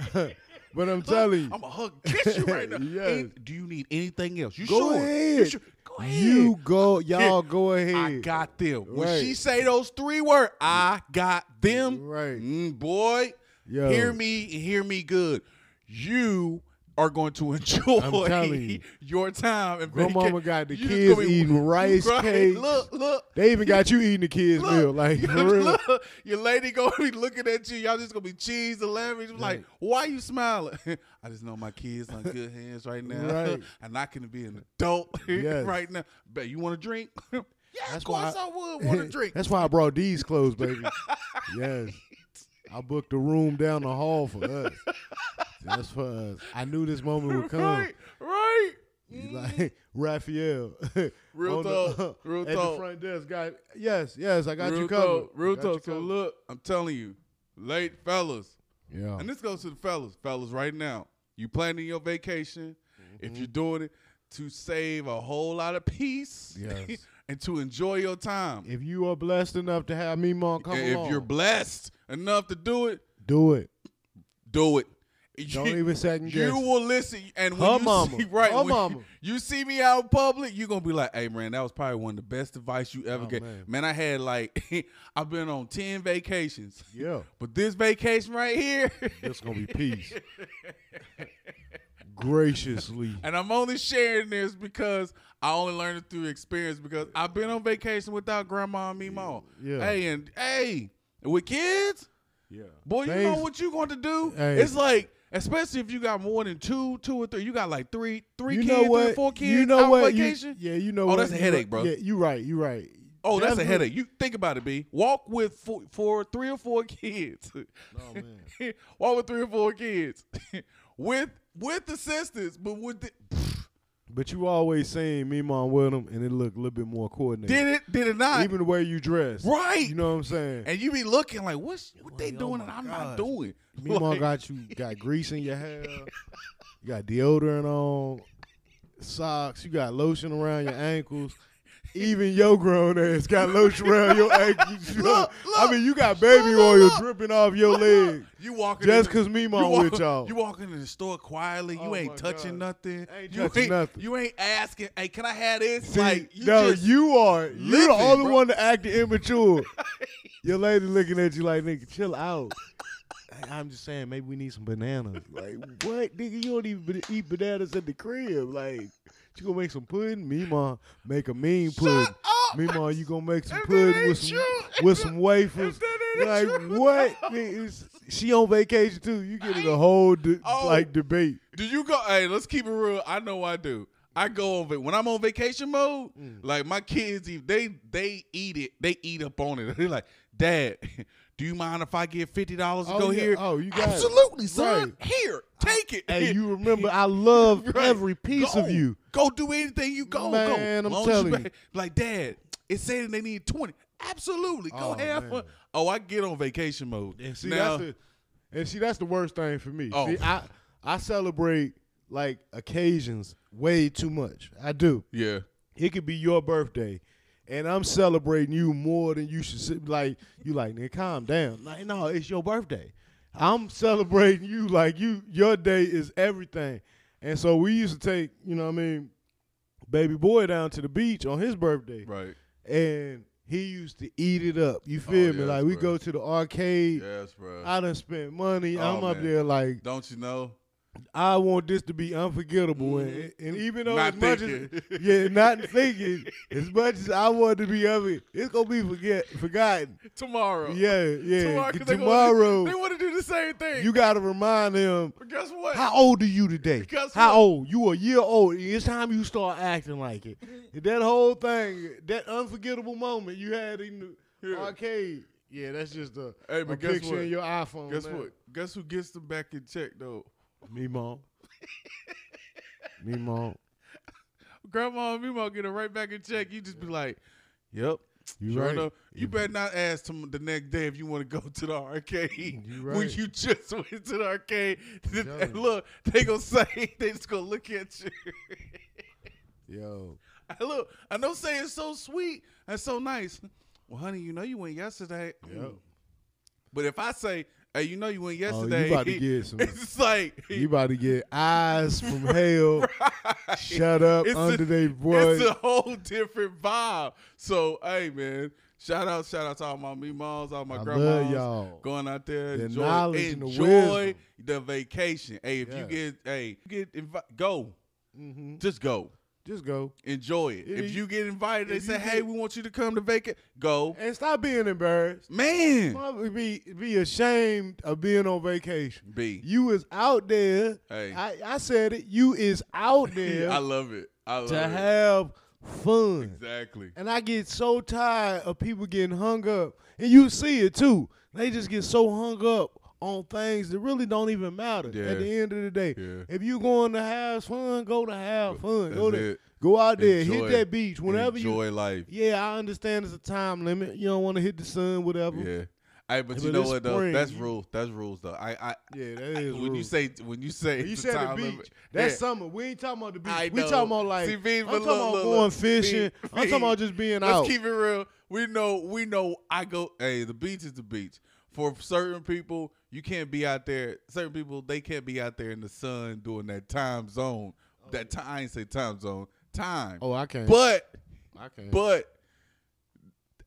[SPEAKER 2] but I'm telling you,
[SPEAKER 1] I'm gonna hug kiss you right now.
[SPEAKER 2] [LAUGHS] Yes.
[SPEAKER 1] Hey, do you need anything else? You
[SPEAKER 2] Go
[SPEAKER 1] sure? You
[SPEAKER 2] ahead.
[SPEAKER 1] sure? Go ahead.
[SPEAKER 2] you
[SPEAKER 1] [LAUGHS]
[SPEAKER 2] go, y'all go ahead.
[SPEAKER 1] I got them. When
[SPEAKER 2] Right.
[SPEAKER 1] she say those three words, I got them.
[SPEAKER 2] Right.
[SPEAKER 1] Mm, boy,
[SPEAKER 2] Yo.
[SPEAKER 1] hear me and hear me good. You are going to [LAUGHS] enjoy
[SPEAKER 2] I'm telling you.
[SPEAKER 1] your time. And
[SPEAKER 2] Grandmama
[SPEAKER 1] vaca-
[SPEAKER 2] got the
[SPEAKER 1] you just
[SPEAKER 2] kids
[SPEAKER 1] gonna be- [LAUGHS]
[SPEAKER 2] eating rice
[SPEAKER 1] Right.
[SPEAKER 2] cakes.
[SPEAKER 1] Look, look.
[SPEAKER 2] They even got you eating the kids'
[SPEAKER 1] Look,
[SPEAKER 2] meal, like [LAUGHS] for real.
[SPEAKER 1] [LAUGHS] look, your lady gonna be looking at you. Y'all just gonna be cheese and leverage. Like,
[SPEAKER 2] Right.
[SPEAKER 1] why you smiling? [LAUGHS] I just know my kids on good hands right now,
[SPEAKER 2] Right.
[SPEAKER 1] [LAUGHS] and I can be an adult [LAUGHS]
[SPEAKER 2] Yes.
[SPEAKER 1] right now. Bet you want a drink? [LAUGHS] yeah, of
[SPEAKER 2] That's why
[SPEAKER 1] course I,
[SPEAKER 2] I-
[SPEAKER 1] would
[SPEAKER 2] [LAUGHS]
[SPEAKER 1] want a drink.
[SPEAKER 2] That's why I brought these clothes, baby. yes, I booked a room down the hall for us. That's for us. I knew this moment would come.
[SPEAKER 1] right, right.
[SPEAKER 2] You Like [LAUGHS] Raphael,
[SPEAKER 1] Real
[SPEAKER 2] on the-
[SPEAKER 1] talk,
[SPEAKER 2] [LAUGHS]
[SPEAKER 1] real
[SPEAKER 2] at
[SPEAKER 1] talk.
[SPEAKER 2] the front desk. Got yes, yes. I got
[SPEAKER 1] real
[SPEAKER 2] you covered.
[SPEAKER 1] talk, real
[SPEAKER 2] Got you
[SPEAKER 1] talk. So
[SPEAKER 2] covered.
[SPEAKER 1] look, I'm telling you, late fellas,
[SPEAKER 2] yeah.
[SPEAKER 1] And this goes to the fellas, fellas, right now. You planning your vacation, if you're doing it, to save a whole lot of peace
[SPEAKER 2] Yes.
[SPEAKER 1] [LAUGHS] and to enjoy your time.
[SPEAKER 2] If you are blessed enough to have me, mom, come
[SPEAKER 1] and if
[SPEAKER 2] along.
[SPEAKER 1] you're blessed enough to do it,
[SPEAKER 2] do it.
[SPEAKER 1] do it. [LAUGHS]
[SPEAKER 2] Don't even second guess.
[SPEAKER 1] You will listen, and when
[SPEAKER 2] Her
[SPEAKER 1] you
[SPEAKER 2] mama.
[SPEAKER 1] see right,
[SPEAKER 2] Her
[SPEAKER 1] when you-
[SPEAKER 2] mama.
[SPEAKER 1] You, see me out in public, you're gonna be like, "Hey, man, that was probably one of the best advice you ever
[SPEAKER 2] Oh,
[SPEAKER 1] gave." Man.
[SPEAKER 2] man.
[SPEAKER 1] I had like, [LAUGHS] I've been on ten vacations,
[SPEAKER 2] yeah,
[SPEAKER 1] but this vacation right here, [LAUGHS]
[SPEAKER 2] it's gonna be peace.
[SPEAKER 1] [LAUGHS]
[SPEAKER 2] Graciously,
[SPEAKER 1] And I'm only sharing this because I only learned it through experience because I've been on vacation without grandma and me mom.
[SPEAKER 2] Yeah.
[SPEAKER 1] Hey, and hey, with kids,
[SPEAKER 2] yeah,
[SPEAKER 1] boy, you know
[SPEAKER 2] Things-
[SPEAKER 1] what you're going to do?
[SPEAKER 2] Hey.
[SPEAKER 1] It's like, especially if you got more than two, two or three, you got like three, three
[SPEAKER 2] you
[SPEAKER 1] kids,
[SPEAKER 2] know what?
[SPEAKER 1] three or four kids
[SPEAKER 2] you know
[SPEAKER 1] out
[SPEAKER 2] what? You-
[SPEAKER 1] vacation.
[SPEAKER 2] yeah, you know
[SPEAKER 1] Oh,
[SPEAKER 2] what?
[SPEAKER 1] that's a
[SPEAKER 2] You
[SPEAKER 1] headache,
[SPEAKER 2] right.
[SPEAKER 1] bro.
[SPEAKER 2] Yeah, you right. You right.
[SPEAKER 1] Oh, that's a
[SPEAKER 2] Definitely.
[SPEAKER 1] headache. You think about it, B. Walk with four, four three or four kids. [LAUGHS]
[SPEAKER 2] Oh, man.
[SPEAKER 1] Walk with three or four kids. [LAUGHS] with with assistance, but with the,
[SPEAKER 2] But you always saying me, mom, with them, and it looked a little bit more coordinated.
[SPEAKER 1] did it, did it not?
[SPEAKER 2] Even the way you dress,
[SPEAKER 1] right.
[SPEAKER 2] You know what I'm saying?
[SPEAKER 1] And you be looking like, what's what they
[SPEAKER 2] Like, oh
[SPEAKER 1] doing
[SPEAKER 2] my
[SPEAKER 1] and I'm not
[SPEAKER 2] gosh.
[SPEAKER 1] doing?
[SPEAKER 2] Me,
[SPEAKER 1] [LAUGHS]
[SPEAKER 2] mom,
[SPEAKER 1] Like,
[SPEAKER 2] got you got grease in your hair. You got deodorant on, socks. You got lotion around your ankles. Even your grown ass got lotion around your ankles. You
[SPEAKER 1] [LAUGHS]
[SPEAKER 2] know?
[SPEAKER 1] Look, look.
[SPEAKER 2] I mean, you got baby
[SPEAKER 1] Look,
[SPEAKER 2] oil
[SPEAKER 1] look, look.
[SPEAKER 2] dripping off your leg.
[SPEAKER 1] you walking
[SPEAKER 2] Just
[SPEAKER 1] in the-
[SPEAKER 2] 'cause me,
[SPEAKER 1] you
[SPEAKER 2] mom,
[SPEAKER 1] walk-
[SPEAKER 2] with y'all.
[SPEAKER 1] You walking in the store quietly. You
[SPEAKER 2] Oh my
[SPEAKER 1] ain't touching
[SPEAKER 2] God.
[SPEAKER 1] nothing.
[SPEAKER 2] Ain't
[SPEAKER 1] you
[SPEAKER 2] touching
[SPEAKER 1] ain't,
[SPEAKER 2] nothing.
[SPEAKER 1] You ain't asking. Hey, can I have this?
[SPEAKER 2] See,
[SPEAKER 1] like you
[SPEAKER 2] no,
[SPEAKER 1] just
[SPEAKER 2] you are you're the
[SPEAKER 1] living,
[SPEAKER 2] only
[SPEAKER 1] bro.
[SPEAKER 2] one to
[SPEAKER 1] [LAUGHS]
[SPEAKER 2] act immature. Your lady looking at you like, nigga, chill out. Like, I'm just saying, maybe we need some bananas. Like, what, nigga? You don't even ba- eat bananas at the crib. Like, you gonna make some pudding? Me, ma, make a mean pudding.
[SPEAKER 1] shut up.
[SPEAKER 2] Me, ma, you gonna make some
[SPEAKER 1] If that
[SPEAKER 2] pudding
[SPEAKER 1] ain't
[SPEAKER 2] with some
[SPEAKER 1] true,
[SPEAKER 2] with some wafers?
[SPEAKER 1] If that ain't
[SPEAKER 2] Like,
[SPEAKER 1] true,
[SPEAKER 2] what?
[SPEAKER 1] no.
[SPEAKER 2] nigga? It's- She on vacation too. You getting
[SPEAKER 1] I-
[SPEAKER 2] a whole de-
[SPEAKER 1] Oh.
[SPEAKER 2] like debate.
[SPEAKER 1] [LAUGHS] Do you go? Hey, let's keep it real. I know I do. I go over when I'm on vacation mode.
[SPEAKER 2] Mm.
[SPEAKER 1] Like my kids, eat- they they eat it. They eat up on it. [LAUGHS] They're like, Dad, [LAUGHS] do you mind if I get fifty dollars to
[SPEAKER 2] Oh,
[SPEAKER 1] go
[SPEAKER 2] yeah.
[SPEAKER 1] here?
[SPEAKER 2] Oh, you got it.
[SPEAKER 1] absolutely, son.
[SPEAKER 2] Right.
[SPEAKER 1] Here, take it. [LAUGHS]
[SPEAKER 2] Hey, you remember? I love
[SPEAKER 1] Right.
[SPEAKER 2] every piece
[SPEAKER 1] Go.
[SPEAKER 2] of you.
[SPEAKER 1] Go do anything you go.
[SPEAKER 2] Man,
[SPEAKER 1] go.
[SPEAKER 2] I'm
[SPEAKER 1] Long as
[SPEAKER 2] telling you.
[SPEAKER 1] [LAUGHS] Like Dad, it's saying they need twenty. Absolutely, go
[SPEAKER 2] Oh,
[SPEAKER 1] have
[SPEAKER 2] man.
[SPEAKER 1] fun. Oh, I get on vacation mode.
[SPEAKER 2] And see,
[SPEAKER 1] now,
[SPEAKER 2] that's the, and see, that's the worst thing for me.
[SPEAKER 1] Oh.
[SPEAKER 2] See, I I celebrate like occasions way too much. I do.
[SPEAKER 1] yeah,
[SPEAKER 2] It could be your birthday, and I'm celebrating you more than you should. se- Like you, like nigga, calm down. Like no, it's your birthday. I'm celebrating you like you. Your day is everything. And so we used to take, you know, what I mean, baby boy down to the beach on his birthday,
[SPEAKER 1] right. Oh,
[SPEAKER 2] and he used to eat it up. You feel me?
[SPEAKER 1] yes,
[SPEAKER 2] Like we
[SPEAKER 1] bruh.
[SPEAKER 2] go to the arcade.
[SPEAKER 1] Yes, bro.
[SPEAKER 2] I done spent money.
[SPEAKER 1] Oh,
[SPEAKER 2] I'm up
[SPEAKER 1] man.
[SPEAKER 2] there like
[SPEAKER 1] Don't you know?
[SPEAKER 2] I want this to be unforgettable, and, and even though
[SPEAKER 1] Mm-hmm. Not
[SPEAKER 2] as much
[SPEAKER 1] thinking.
[SPEAKER 2] as yeah, not thinking as much as I want to be of it, it's gonna be forget forgotten.
[SPEAKER 1] Tomorrow.
[SPEAKER 2] Yeah,
[SPEAKER 1] [LAUGHS]
[SPEAKER 2] yeah.
[SPEAKER 1] Tomorrow, 'cause they wanna- [LAUGHS]
[SPEAKER 2] Tomorrow,
[SPEAKER 1] they want to do the same thing.
[SPEAKER 2] you gotta remind them.
[SPEAKER 1] But guess what?
[SPEAKER 2] How old are
[SPEAKER 1] [LAUGHS]
[SPEAKER 2] you today?
[SPEAKER 1] Because
[SPEAKER 2] How
[SPEAKER 1] what?
[SPEAKER 2] old? You a year old. It's time you start acting
[SPEAKER 1] [LAUGHS]
[SPEAKER 2] like it. That whole thing, that unforgettable moment you had in the
[SPEAKER 1] Yeah.
[SPEAKER 2] arcade. Yeah, that's just a,
[SPEAKER 1] Hey,
[SPEAKER 2] a
[SPEAKER 1] but guess
[SPEAKER 2] picture
[SPEAKER 1] what?
[SPEAKER 2] in your iPhone.
[SPEAKER 1] Guess
[SPEAKER 2] man.
[SPEAKER 1] what? Guess who gets them back in check though?
[SPEAKER 2] [LAUGHS] Me, mom. Meemaw,
[SPEAKER 1] Grandma and Mimo get it right back in check. You just be like, yep.
[SPEAKER 2] you
[SPEAKER 1] sure
[SPEAKER 2] right.
[SPEAKER 1] enough. You
[SPEAKER 2] You-
[SPEAKER 1] better not ask them the next day if you want to go to the arcade. [LAUGHS]
[SPEAKER 2] You
[SPEAKER 1] When
[SPEAKER 2] right.
[SPEAKER 1] you just went to the arcade, [LAUGHS]
[SPEAKER 2] I'm telling
[SPEAKER 1] and
[SPEAKER 2] you.
[SPEAKER 1] look, they gonna [LAUGHS] say they just gonna look at you. [LAUGHS]
[SPEAKER 2] Yo,
[SPEAKER 1] I look, I know saying so sweet and so nice. Well, honey, you know you went yesterday.
[SPEAKER 2] Yep.
[SPEAKER 1] But if I say, hey, you know you went
[SPEAKER 2] oh,
[SPEAKER 1] yesterday,
[SPEAKER 2] you
[SPEAKER 1] [LAUGHS]
[SPEAKER 2] about to get some.
[SPEAKER 1] it's
[SPEAKER 2] [LAUGHS]
[SPEAKER 1] like
[SPEAKER 2] You about to get eyes from hell. Shut up
[SPEAKER 1] It's a-
[SPEAKER 2] under
[SPEAKER 1] [LAUGHS] [LAUGHS]
[SPEAKER 2] they
[SPEAKER 1] it's
[SPEAKER 2] boy.
[SPEAKER 1] a whole different vibe. So, hey, man, shout out, shout out to all my memas, all my
[SPEAKER 2] I
[SPEAKER 1] grandmas.
[SPEAKER 2] love y'all.
[SPEAKER 1] going out there,
[SPEAKER 2] The
[SPEAKER 1] enjoy,
[SPEAKER 2] knowledge and the
[SPEAKER 1] enjoy
[SPEAKER 2] wisdom.
[SPEAKER 1] the vacation. Hey, if you
[SPEAKER 2] Yeah.
[SPEAKER 1] get, hey, you get invi- go,
[SPEAKER 2] hmm
[SPEAKER 1] just go,
[SPEAKER 2] Just go
[SPEAKER 1] enjoy it.
[SPEAKER 2] If
[SPEAKER 1] if
[SPEAKER 2] you-
[SPEAKER 1] you get invited, they
[SPEAKER 2] if
[SPEAKER 1] say,
[SPEAKER 2] you
[SPEAKER 1] hey,
[SPEAKER 2] get-
[SPEAKER 1] we want you to come to vacate. Go,
[SPEAKER 2] and stop being embarrassed.
[SPEAKER 1] man.
[SPEAKER 2] Mother Be be ashamed of being on vacation.
[SPEAKER 1] B,
[SPEAKER 2] You is out there.
[SPEAKER 1] Hey.
[SPEAKER 2] I, I said it. You is out there
[SPEAKER 1] [LAUGHS] I love it. I love
[SPEAKER 2] to
[SPEAKER 1] it.
[SPEAKER 2] have fun.
[SPEAKER 1] exactly.
[SPEAKER 2] And I get so tired of people getting hung up. And you see it too. They just get so hung up on things that really don't even matter
[SPEAKER 1] Yeah.
[SPEAKER 2] at the end of the day.
[SPEAKER 1] Yeah.
[SPEAKER 2] If you going to have fun, go to have fun. Go
[SPEAKER 1] That's
[SPEAKER 2] to,
[SPEAKER 1] it.
[SPEAKER 2] go out there,
[SPEAKER 1] Enjoy.
[SPEAKER 2] hit that beach. Whenever you
[SPEAKER 1] enjoy life.
[SPEAKER 2] Yeah, I understand it's a time limit. You don't want to hit the sun, whatever.
[SPEAKER 1] Yeah. Hey, but
[SPEAKER 2] But
[SPEAKER 1] you know
[SPEAKER 2] it's
[SPEAKER 1] what though?
[SPEAKER 2] spring.
[SPEAKER 1] That's
[SPEAKER 2] You-
[SPEAKER 1] rules. That's rules though. I, I,
[SPEAKER 2] Yeah, that is
[SPEAKER 1] when you
[SPEAKER 2] rude.
[SPEAKER 1] say when you say
[SPEAKER 2] you
[SPEAKER 1] it's
[SPEAKER 2] said the
[SPEAKER 1] time
[SPEAKER 2] beach.
[SPEAKER 1] limit-
[SPEAKER 2] That's
[SPEAKER 1] Yeah.
[SPEAKER 2] summer. We ain't talking about the beach.
[SPEAKER 1] I
[SPEAKER 2] We
[SPEAKER 1] know.
[SPEAKER 2] talking about like
[SPEAKER 1] See, Vee,
[SPEAKER 2] I'm
[SPEAKER 1] but
[SPEAKER 2] talking
[SPEAKER 1] look,
[SPEAKER 2] about
[SPEAKER 1] look,
[SPEAKER 2] going
[SPEAKER 1] look. [LAUGHS]
[SPEAKER 2] fishing.
[SPEAKER 1] Vee,
[SPEAKER 2] I'm talking
[SPEAKER 1] Vee,
[SPEAKER 2] about just being
[SPEAKER 1] Let's
[SPEAKER 2] out.
[SPEAKER 1] keep it real. We know, we know. I go. Hey, the beach is the beach. For certain people, you can't be out there. Certain people, they can't be out there in the sun doing that time zone. That time, I ain't say time zone. Time,
[SPEAKER 2] oh, I can't.
[SPEAKER 1] but
[SPEAKER 2] I can't.
[SPEAKER 1] but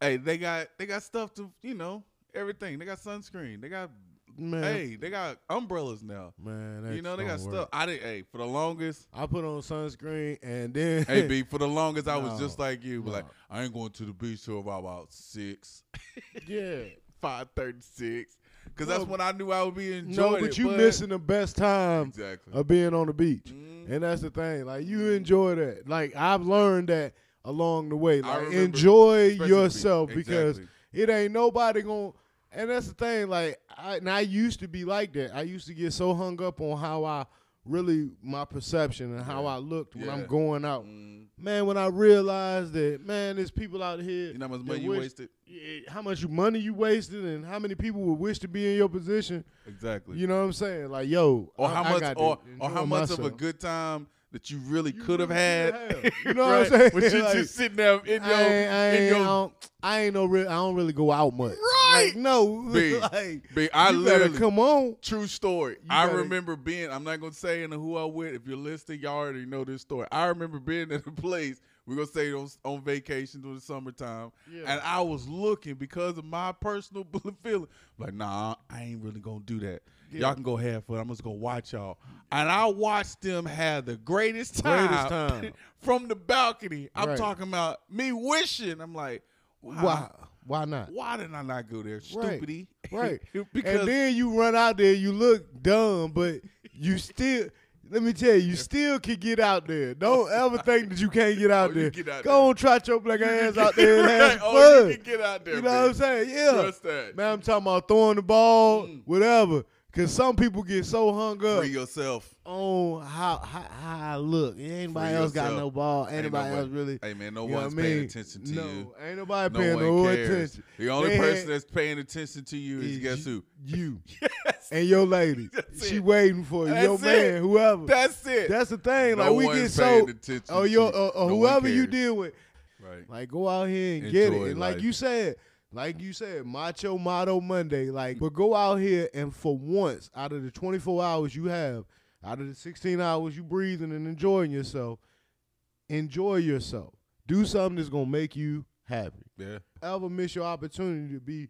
[SPEAKER 1] hey, they got they got stuff to you know everything. They got sunscreen. They got
[SPEAKER 2] man,
[SPEAKER 1] hey, they got umbrellas now.
[SPEAKER 2] man,
[SPEAKER 1] you
[SPEAKER 2] that
[SPEAKER 1] know they
[SPEAKER 2] don't
[SPEAKER 1] got
[SPEAKER 2] work.
[SPEAKER 1] stuff. I didn't. Hey, for the longest.
[SPEAKER 2] I put on sunscreen and then [LAUGHS]
[SPEAKER 1] Hey B, for the longest I was
[SPEAKER 2] No,
[SPEAKER 1] just like you, but like
[SPEAKER 2] no.
[SPEAKER 1] I ain't going to the beach till about, about six, [LAUGHS]
[SPEAKER 2] yeah.
[SPEAKER 1] five thirty six, because
[SPEAKER 2] No,
[SPEAKER 1] that's when I knew I would be enjoying.
[SPEAKER 2] No, but
[SPEAKER 1] it,
[SPEAKER 2] you missing Uh, the best time
[SPEAKER 1] exactly.
[SPEAKER 2] of being on the beach,
[SPEAKER 1] Mhm.
[SPEAKER 2] and that's the thing. Like you enjoy that. Like I've learned that along the way.
[SPEAKER 1] I
[SPEAKER 2] Like
[SPEAKER 1] remember,
[SPEAKER 2] enjoy
[SPEAKER 1] especially the beach.
[SPEAKER 2] yourself because
[SPEAKER 1] Exactly.
[SPEAKER 2] it ain't nobody gonna. And that's the thing. Like I and I used to be like that. I used to get so hung up on how I really my perception and how
[SPEAKER 1] Yeah.
[SPEAKER 2] I looked when
[SPEAKER 1] Yeah.
[SPEAKER 2] I'm going out.
[SPEAKER 1] Mm,
[SPEAKER 2] Man, when I realized that, man, there's people out here.
[SPEAKER 1] you know how much
[SPEAKER 2] that
[SPEAKER 1] money you
[SPEAKER 2] wish-
[SPEAKER 1] wasted?
[SPEAKER 2] yeah, how much money you wasted and how many people would wish to be in your position.
[SPEAKER 1] Exactly.
[SPEAKER 2] You know what I'm saying? Like, yo,
[SPEAKER 1] or
[SPEAKER 2] I-
[SPEAKER 1] how
[SPEAKER 2] I
[SPEAKER 1] much?
[SPEAKER 2] got to
[SPEAKER 1] Or, or
[SPEAKER 2] enjoy
[SPEAKER 1] how much of a
[SPEAKER 2] myself.
[SPEAKER 1] good time that you really
[SPEAKER 2] You
[SPEAKER 1] could have
[SPEAKER 2] really
[SPEAKER 1] had? [LAUGHS]
[SPEAKER 2] coulda had. You know what I'm
[SPEAKER 1] Right?
[SPEAKER 2] saying?
[SPEAKER 1] But you
[SPEAKER 2] Like,
[SPEAKER 1] just sitting there in your
[SPEAKER 2] I ain't, I
[SPEAKER 1] in
[SPEAKER 2] ain't, I,
[SPEAKER 1] your.
[SPEAKER 2] don't, I ain't no real. I don't really go out much.
[SPEAKER 1] Right.
[SPEAKER 2] Like, no. [LAUGHS]
[SPEAKER 1] B,
[SPEAKER 2] like,
[SPEAKER 1] B, I
[SPEAKER 2] you better
[SPEAKER 1] literally
[SPEAKER 2] come on.
[SPEAKER 1] True story. I
[SPEAKER 2] gotta-
[SPEAKER 1] remember being. I'm not gonna say into who I went. If you're listening, y'all already know this story. I remember being [LAUGHS] at a place. We're gonna say on on vacation during the summertime,
[SPEAKER 2] Yeah.
[SPEAKER 1] and I was looking because of my personal [LAUGHS] feeling. Like, nah, I ain't really gonna do that. Y'all can go have fun. I'm just gonna watch y'all, and I watched them have the greatest time,
[SPEAKER 2] Greatest time.
[SPEAKER 1] [LAUGHS] from the balcony. I'm
[SPEAKER 2] Right.
[SPEAKER 1] talking about me wishing. I'm like, wow,
[SPEAKER 2] Why? Why not?
[SPEAKER 1] why did I not go there,
[SPEAKER 2] Right.
[SPEAKER 1] stupidy?
[SPEAKER 2] Right.
[SPEAKER 1] [LAUGHS] because
[SPEAKER 2] and then you run out there, you look dumb, but
[SPEAKER 1] [LAUGHS]
[SPEAKER 2] you still. Let me tell you, you still can get out there. Don't ever think that you can't get out
[SPEAKER 1] [LAUGHS] Oh, you
[SPEAKER 2] there.
[SPEAKER 1] can get out
[SPEAKER 2] Go
[SPEAKER 1] there.
[SPEAKER 2] on, trot your black ass [LAUGHS] out there and
[SPEAKER 1] [LAUGHS]
[SPEAKER 2] have
[SPEAKER 1] Right.
[SPEAKER 2] some
[SPEAKER 1] Oh,
[SPEAKER 2] fun.
[SPEAKER 1] you can get out there.
[SPEAKER 2] You know
[SPEAKER 1] man.
[SPEAKER 2] what I'm saying? Yeah.
[SPEAKER 1] Trust Mm. that.
[SPEAKER 2] Man, I'm talking about throwing the ball, whatever. Cause some people get so hung up
[SPEAKER 1] Free yourself.
[SPEAKER 2] on how, how how I look. Ain't nobody
[SPEAKER 1] Free
[SPEAKER 2] else got
[SPEAKER 1] yourself.
[SPEAKER 2] no ball. Ain't,
[SPEAKER 1] Ain't
[SPEAKER 2] nobody
[SPEAKER 1] nobody-
[SPEAKER 2] else really.
[SPEAKER 1] Hey man, no
[SPEAKER 2] you know
[SPEAKER 1] one's
[SPEAKER 2] what I
[SPEAKER 1] paying
[SPEAKER 2] mean?
[SPEAKER 1] attention to
[SPEAKER 2] no,
[SPEAKER 1] you.
[SPEAKER 2] Ain't nobody
[SPEAKER 1] No
[SPEAKER 2] paying
[SPEAKER 1] one
[SPEAKER 2] no
[SPEAKER 1] cares.
[SPEAKER 2] attention.
[SPEAKER 1] The only
[SPEAKER 2] They
[SPEAKER 1] person
[SPEAKER 2] had-
[SPEAKER 1] that's paying attention to you is,
[SPEAKER 2] is
[SPEAKER 1] guess
[SPEAKER 2] you- [LAUGHS]
[SPEAKER 1] who?
[SPEAKER 2] You
[SPEAKER 1] Yes.
[SPEAKER 2] and your lady.
[SPEAKER 1] [LAUGHS] That's
[SPEAKER 2] she
[SPEAKER 1] it.
[SPEAKER 2] waiting for you. your
[SPEAKER 1] That's it.
[SPEAKER 2] man, whoever.
[SPEAKER 1] That's it.
[SPEAKER 2] That's the thing.
[SPEAKER 1] No
[SPEAKER 2] like we
[SPEAKER 1] one's
[SPEAKER 2] get
[SPEAKER 1] paying
[SPEAKER 2] so Oh,
[SPEAKER 1] attention
[SPEAKER 2] or
[SPEAKER 1] to
[SPEAKER 2] your
[SPEAKER 1] you.
[SPEAKER 2] or, or
[SPEAKER 1] No one
[SPEAKER 2] uh, whoever you
[SPEAKER 1] cares.
[SPEAKER 2] deal with.
[SPEAKER 1] right.
[SPEAKER 2] Like go out here and get
[SPEAKER 1] Enjoy
[SPEAKER 2] it. And like
[SPEAKER 1] life.
[SPEAKER 2] you said, like you said, macho motto Monday. Like, but go out here and for once, out of the 24 hours you have, out of the 16 hours you breathing and enjoying yourself, enjoy yourself. Do something that's gonna make you happy.
[SPEAKER 1] Yeah.
[SPEAKER 2] Ever miss your opportunity to be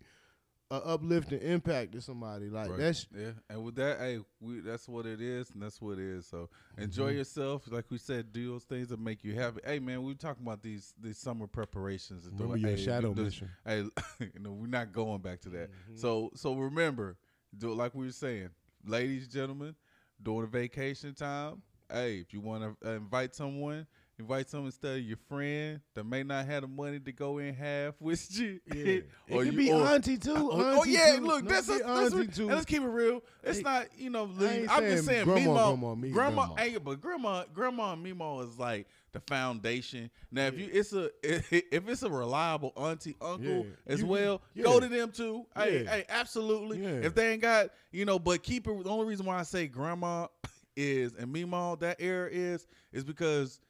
[SPEAKER 2] a uplifting impact to somebody? Like
[SPEAKER 1] Right.
[SPEAKER 2] that's
[SPEAKER 1] yeah. And with that, hey, we, that's what it is, and that's what it is. So
[SPEAKER 2] Mm-hmm.
[SPEAKER 1] enjoy yourself. Like we said, do those things that make you happy. Hey man, we were talking about these these summer preparations. and
[SPEAKER 2] Remember
[SPEAKER 1] doing-
[SPEAKER 2] your
[SPEAKER 1] hey,
[SPEAKER 2] shadow
[SPEAKER 1] this-
[SPEAKER 2] mission. Mm-hmm.
[SPEAKER 1] Hey, [LAUGHS] you know, we're not going back to that. So so remember, do like we were saying, ladies, gentlemen, during the vacation time. Hey, if you want to invite someone, Invite someone instead of your friend that may not have the money to go in half [LAUGHS] with you.
[SPEAKER 2] [LAUGHS] Yeah.
[SPEAKER 1] Or
[SPEAKER 2] it
[SPEAKER 1] you-
[SPEAKER 2] could be
[SPEAKER 1] or-
[SPEAKER 2] auntie too.
[SPEAKER 1] Oh,
[SPEAKER 2] auntie
[SPEAKER 1] oh, yeah,
[SPEAKER 2] too.
[SPEAKER 1] look,
[SPEAKER 2] No,
[SPEAKER 1] that's,
[SPEAKER 2] it could
[SPEAKER 1] that's,
[SPEAKER 2] be
[SPEAKER 1] that's what,
[SPEAKER 2] auntie too.
[SPEAKER 1] and let's keep it real. It's
[SPEAKER 2] Hey,
[SPEAKER 1] not you know.
[SPEAKER 2] ain't
[SPEAKER 1] I'm just saying,
[SPEAKER 2] saying grandma,
[SPEAKER 1] Meemaw-
[SPEAKER 2] grandma, me,
[SPEAKER 1] grandma,
[SPEAKER 2] grandma.
[SPEAKER 1] hey, but grandma, grandma, and Meemaw is like the foundation. Now, if you it's a [LAUGHS] if it's a reliable auntie, uncle
[SPEAKER 2] Yeah.
[SPEAKER 1] as
[SPEAKER 2] You-
[SPEAKER 1] well,
[SPEAKER 2] yeah.
[SPEAKER 1] go to them too. Hey,
[SPEAKER 2] Yeah.
[SPEAKER 1] hey, absolutely.
[SPEAKER 2] Yeah.
[SPEAKER 1] If they ain't got you know, but keep it. The only reason why I say grandma [LAUGHS] is and Meemaw that era is is because.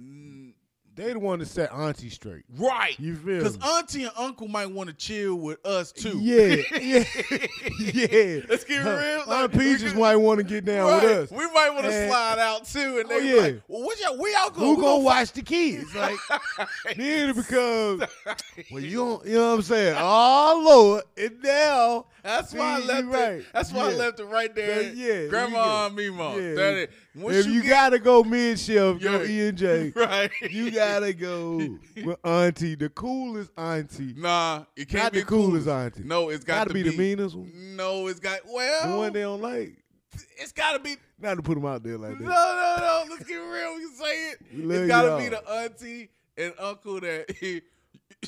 [SPEAKER 1] mm,
[SPEAKER 2] They the one that set auntie straight.
[SPEAKER 1] Right,
[SPEAKER 2] You feel
[SPEAKER 1] because
[SPEAKER 2] me?
[SPEAKER 1] auntie and uncle might want to chill with us too.
[SPEAKER 2] [LAUGHS] Yeah, yeah, yeah.
[SPEAKER 1] Let's keep it
[SPEAKER 2] Huh.
[SPEAKER 1] real.
[SPEAKER 2] Aunt
[SPEAKER 1] Like, we
[SPEAKER 2] Peaches
[SPEAKER 1] could-
[SPEAKER 2] might want to get down
[SPEAKER 1] Right.
[SPEAKER 2] with us.
[SPEAKER 1] We might want to
[SPEAKER 2] And-
[SPEAKER 1] slide out too, and
[SPEAKER 2] Oh,
[SPEAKER 1] they be
[SPEAKER 2] yeah.
[SPEAKER 1] like, well, what y'all, where y'all going?
[SPEAKER 2] Who
[SPEAKER 1] We
[SPEAKER 2] gonna
[SPEAKER 1] gonna
[SPEAKER 2] watch the kids?
[SPEAKER 1] [LAUGHS]
[SPEAKER 2] [LAUGHS] Like
[SPEAKER 1] fight.
[SPEAKER 2] then it becomes [LAUGHS] well, you don't. You know what I'm saying? Oh Lord, and now
[SPEAKER 1] That's why I
[SPEAKER 2] See, you
[SPEAKER 1] left it.
[SPEAKER 2] right.
[SPEAKER 1] That's why I
[SPEAKER 2] Yeah.
[SPEAKER 1] left it right there.
[SPEAKER 2] That- yeah,
[SPEAKER 1] Grandma and
[SPEAKER 2] you
[SPEAKER 1] Mimo.
[SPEAKER 2] yeah.
[SPEAKER 1] That it. Once
[SPEAKER 2] if you, [LAUGHS] gotta go mid shelf,
[SPEAKER 1] Yeah.
[SPEAKER 2] go E and [LAUGHS] J.
[SPEAKER 1] get, [LAUGHS] right,
[SPEAKER 2] You gotta [LAUGHS] go with auntie, the coolest auntie,
[SPEAKER 1] Nah, it can't
[SPEAKER 2] not
[SPEAKER 1] be
[SPEAKER 2] the coolest auntie.
[SPEAKER 1] No, it's got
[SPEAKER 2] gotta
[SPEAKER 1] to
[SPEAKER 2] be, the meanest one,
[SPEAKER 1] [LAUGHS] No, it's got
[SPEAKER 2] the
[SPEAKER 1] well.
[SPEAKER 2] one they don't like.
[SPEAKER 1] it's got to
[SPEAKER 2] [LAUGHS]
[SPEAKER 1] be
[SPEAKER 2] Not to put them out there like
[SPEAKER 1] No,
[SPEAKER 2] that.
[SPEAKER 1] no, no. Let's get real. We can say it.
[SPEAKER 2] We love
[SPEAKER 1] It's gotta
[SPEAKER 2] y'all.
[SPEAKER 1] be the auntie and uncle that [LAUGHS]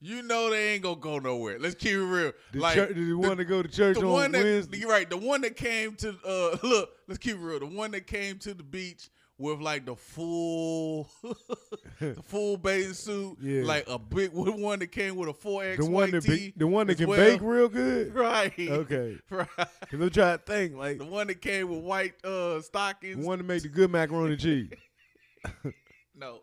[SPEAKER 1] you know they ain't gonna go nowhere. Let's keep it real.
[SPEAKER 2] The,
[SPEAKER 1] like
[SPEAKER 2] church, the one that go to church
[SPEAKER 1] the
[SPEAKER 2] on
[SPEAKER 1] one that
[SPEAKER 2] Wednesday.
[SPEAKER 1] you're right. The one that came to uh [LAUGHS] look. Let's keep it real. The one that came to the beach with like the full, [LAUGHS] the full bathing suit.
[SPEAKER 2] Yeah.
[SPEAKER 1] Like a big [LAUGHS] one that came with a four X.
[SPEAKER 2] The one that be, the one that
[SPEAKER 1] as
[SPEAKER 2] can
[SPEAKER 1] well.
[SPEAKER 2] bake real
[SPEAKER 1] [LAUGHS]
[SPEAKER 2] good.
[SPEAKER 1] Right.
[SPEAKER 2] Okay,
[SPEAKER 1] [LAUGHS] Right.
[SPEAKER 2] because I'm trying to think like
[SPEAKER 1] The one that came with white uh
[SPEAKER 2] the
[SPEAKER 1] stockings.
[SPEAKER 2] one that make the good macaroni
[SPEAKER 1] [LAUGHS]
[SPEAKER 2] and cheese.
[SPEAKER 1] No.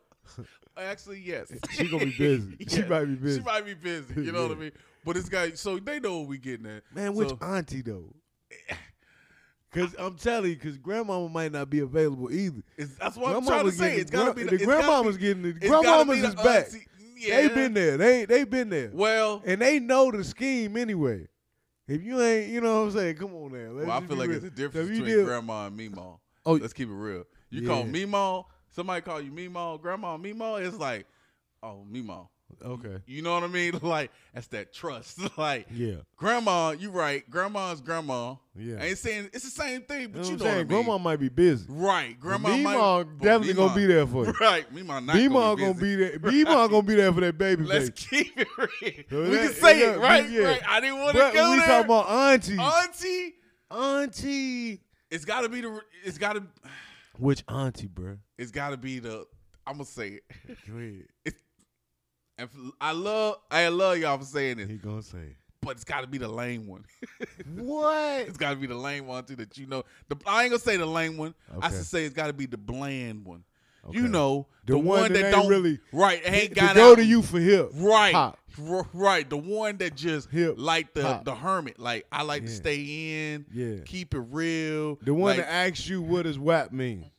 [SPEAKER 1] Actually, yes.
[SPEAKER 2] [LAUGHS] She gonna be busy. She
[SPEAKER 1] Yeah.
[SPEAKER 2] might be
[SPEAKER 1] [LAUGHS]
[SPEAKER 2] busy.
[SPEAKER 1] She might be busy. You know what I
[SPEAKER 2] Yeah.
[SPEAKER 1] mean? But this guy, so they know what we getting at.
[SPEAKER 2] Man, which
[SPEAKER 1] So- Eh.
[SPEAKER 2] auntie though? Because I'm telling you, because grandmama might not be available either.
[SPEAKER 1] It's, that's what I'm
[SPEAKER 2] Grandmama
[SPEAKER 1] trying to
[SPEAKER 2] was
[SPEAKER 1] say.
[SPEAKER 2] getting
[SPEAKER 1] It's gotta
[SPEAKER 2] gra-
[SPEAKER 1] be
[SPEAKER 2] the
[SPEAKER 1] it's gotta
[SPEAKER 2] grandmama's
[SPEAKER 1] be-
[SPEAKER 2] getting the
[SPEAKER 1] it's gotta
[SPEAKER 2] grandmama's
[SPEAKER 1] be the
[SPEAKER 2] is back.
[SPEAKER 1] auntie- Yeah.
[SPEAKER 2] They been there. They they been there,
[SPEAKER 1] Well,
[SPEAKER 2] and they know the scheme anyway. If you ain't, you know what I'm saying. Come on now. Let's
[SPEAKER 1] well, I
[SPEAKER 2] just
[SPEAKER 1] feel
[SPEAKER 2] be
[SPEAKER 1] like
[SPEAKER 2] real.
[SPEAKER 1] it's a difference
[SPEAKER 2] If you
[SPEAKER 1] between
[SPEAKER 2] deal-
[SPEAKER 1] grandma and Meemaw.
[SPEAKER 2] Oh,
[SPEAKER 1] Let's keep it real. You call
[SPEAKER 2] Yeah.
[SPEAKER 1] Meemaw, somebody call you Meemaw, grandma Meemaw, it's like, oh, Meemaw.
[SPEAKER 2] Okay.
[SPEAKER 1] You know what I mean? [LAUGHS] Like, that's that trust. [LAUGHS] like,
[SPEAKER 2] Yeah.
[SPEAKER 1] grandma, you right. Grandma's grandma.
[SPEAKER 2] Yeah.
[SPEAKER 1] I ain't saying it's the same thing, but you know
[SPEAKER 2] you know, what I'm saying?
[SPEAKER 1] what I mean.
[SPEAKER 2] Grandma might be busy.
[SPEAKER 1] Right, grandma.
[SPEAKER 2] Meemaw
[SPEAKER 1] might- but
[SPEAKER 2] definitely gonna
[SPEAKER 1] Meemaw-
[SPEAKER 2] be there for you.
[SPEAKER 1] [LAUGHS] Right, Meemaw not
[SPEAKER 2] B
[SPEAKER 1] gonna
[SPEAKER 2] mom
[SPEAKER 1] be,
[SPEAKER 2] gonna
[SPEAKER 1] busy.
[SPEAKER 2] be there. B mom gonna be there for that baby
[SPEAKER 1] Let's
[SPEAKER 2] face.
[SPEAKER 1] keep it
[SPEAKER 2] [LAUGHS] So
[SPEAKER 1] real. We
[SPEAKER 2] that-
[SPEAKER 1] can say
[SPEAKER 2] yeah,
[SPEAKER 1] it, right?
[SPEAKER 2] yeah.
[SPEAKER 1] Right. I didn't want to
[SPEAKER 2] But
[SPEAKER 1] go
[SPEAKER 2] we
[SPEAKER 1] there.
[SPEAKER 2] talking about auntie.
[SPEAKER 1] auntie,
[SPEAKER 2] auntie.
[SPEAKER 1] it's gotta be the. It's gotta.
[SPEAKER 2] Which auntie, bruh?
[SPEAKER 1] It's gotta be the. I'm gonna say it.
[SPEAKER 2] Go ahead.
[SPEAKER 1] And f- I love. I love y'all for saying this,
[SPEAKER 2] He gonna say
[SPEAKER 1] but it's gotta be the lame one. [LAUGHS]
[SPEAKER 2] what?
[SPEAKER 1] It's gotta be the lame one too that you know. The, I ain't gonna say the lame one. I
[SPEAKER 2] Okay.
[SPEAKER 1] should say it's gotta be the bland one. You
[SPEAKER 2] Okay.
[SPEAKER 1] know, the,
[SPEAKER 2] The one that ain't
[SPEAKER 1] don't
[SPEAKER 2] really-
[SPEAKER 1] right ain't got
[SPEAKER 2] to go
[SPEAKER 1] out.
[SPEAKER 2] to you for help.
[SPEAKER 1] Right.
[SPEAKER 2] Pop.
[SPEAKER 1] R- right. The one that just
[SPEAKER 2] Hip
[SPEAKER 1] like the
[SPEAKER 2] hop.
[SPEAKER 1] the hermit. Like I like to
[SPEAKER 2] Yeah.
[SPEAKER 1] stay in,
[SPEAKER 2] Yeah.
[SPEAKER 1] keep it real.
[SPEAKER 2] The one
[SPEAKER 1] like,
[SPEAKER 2] that asks you what does WAP mean.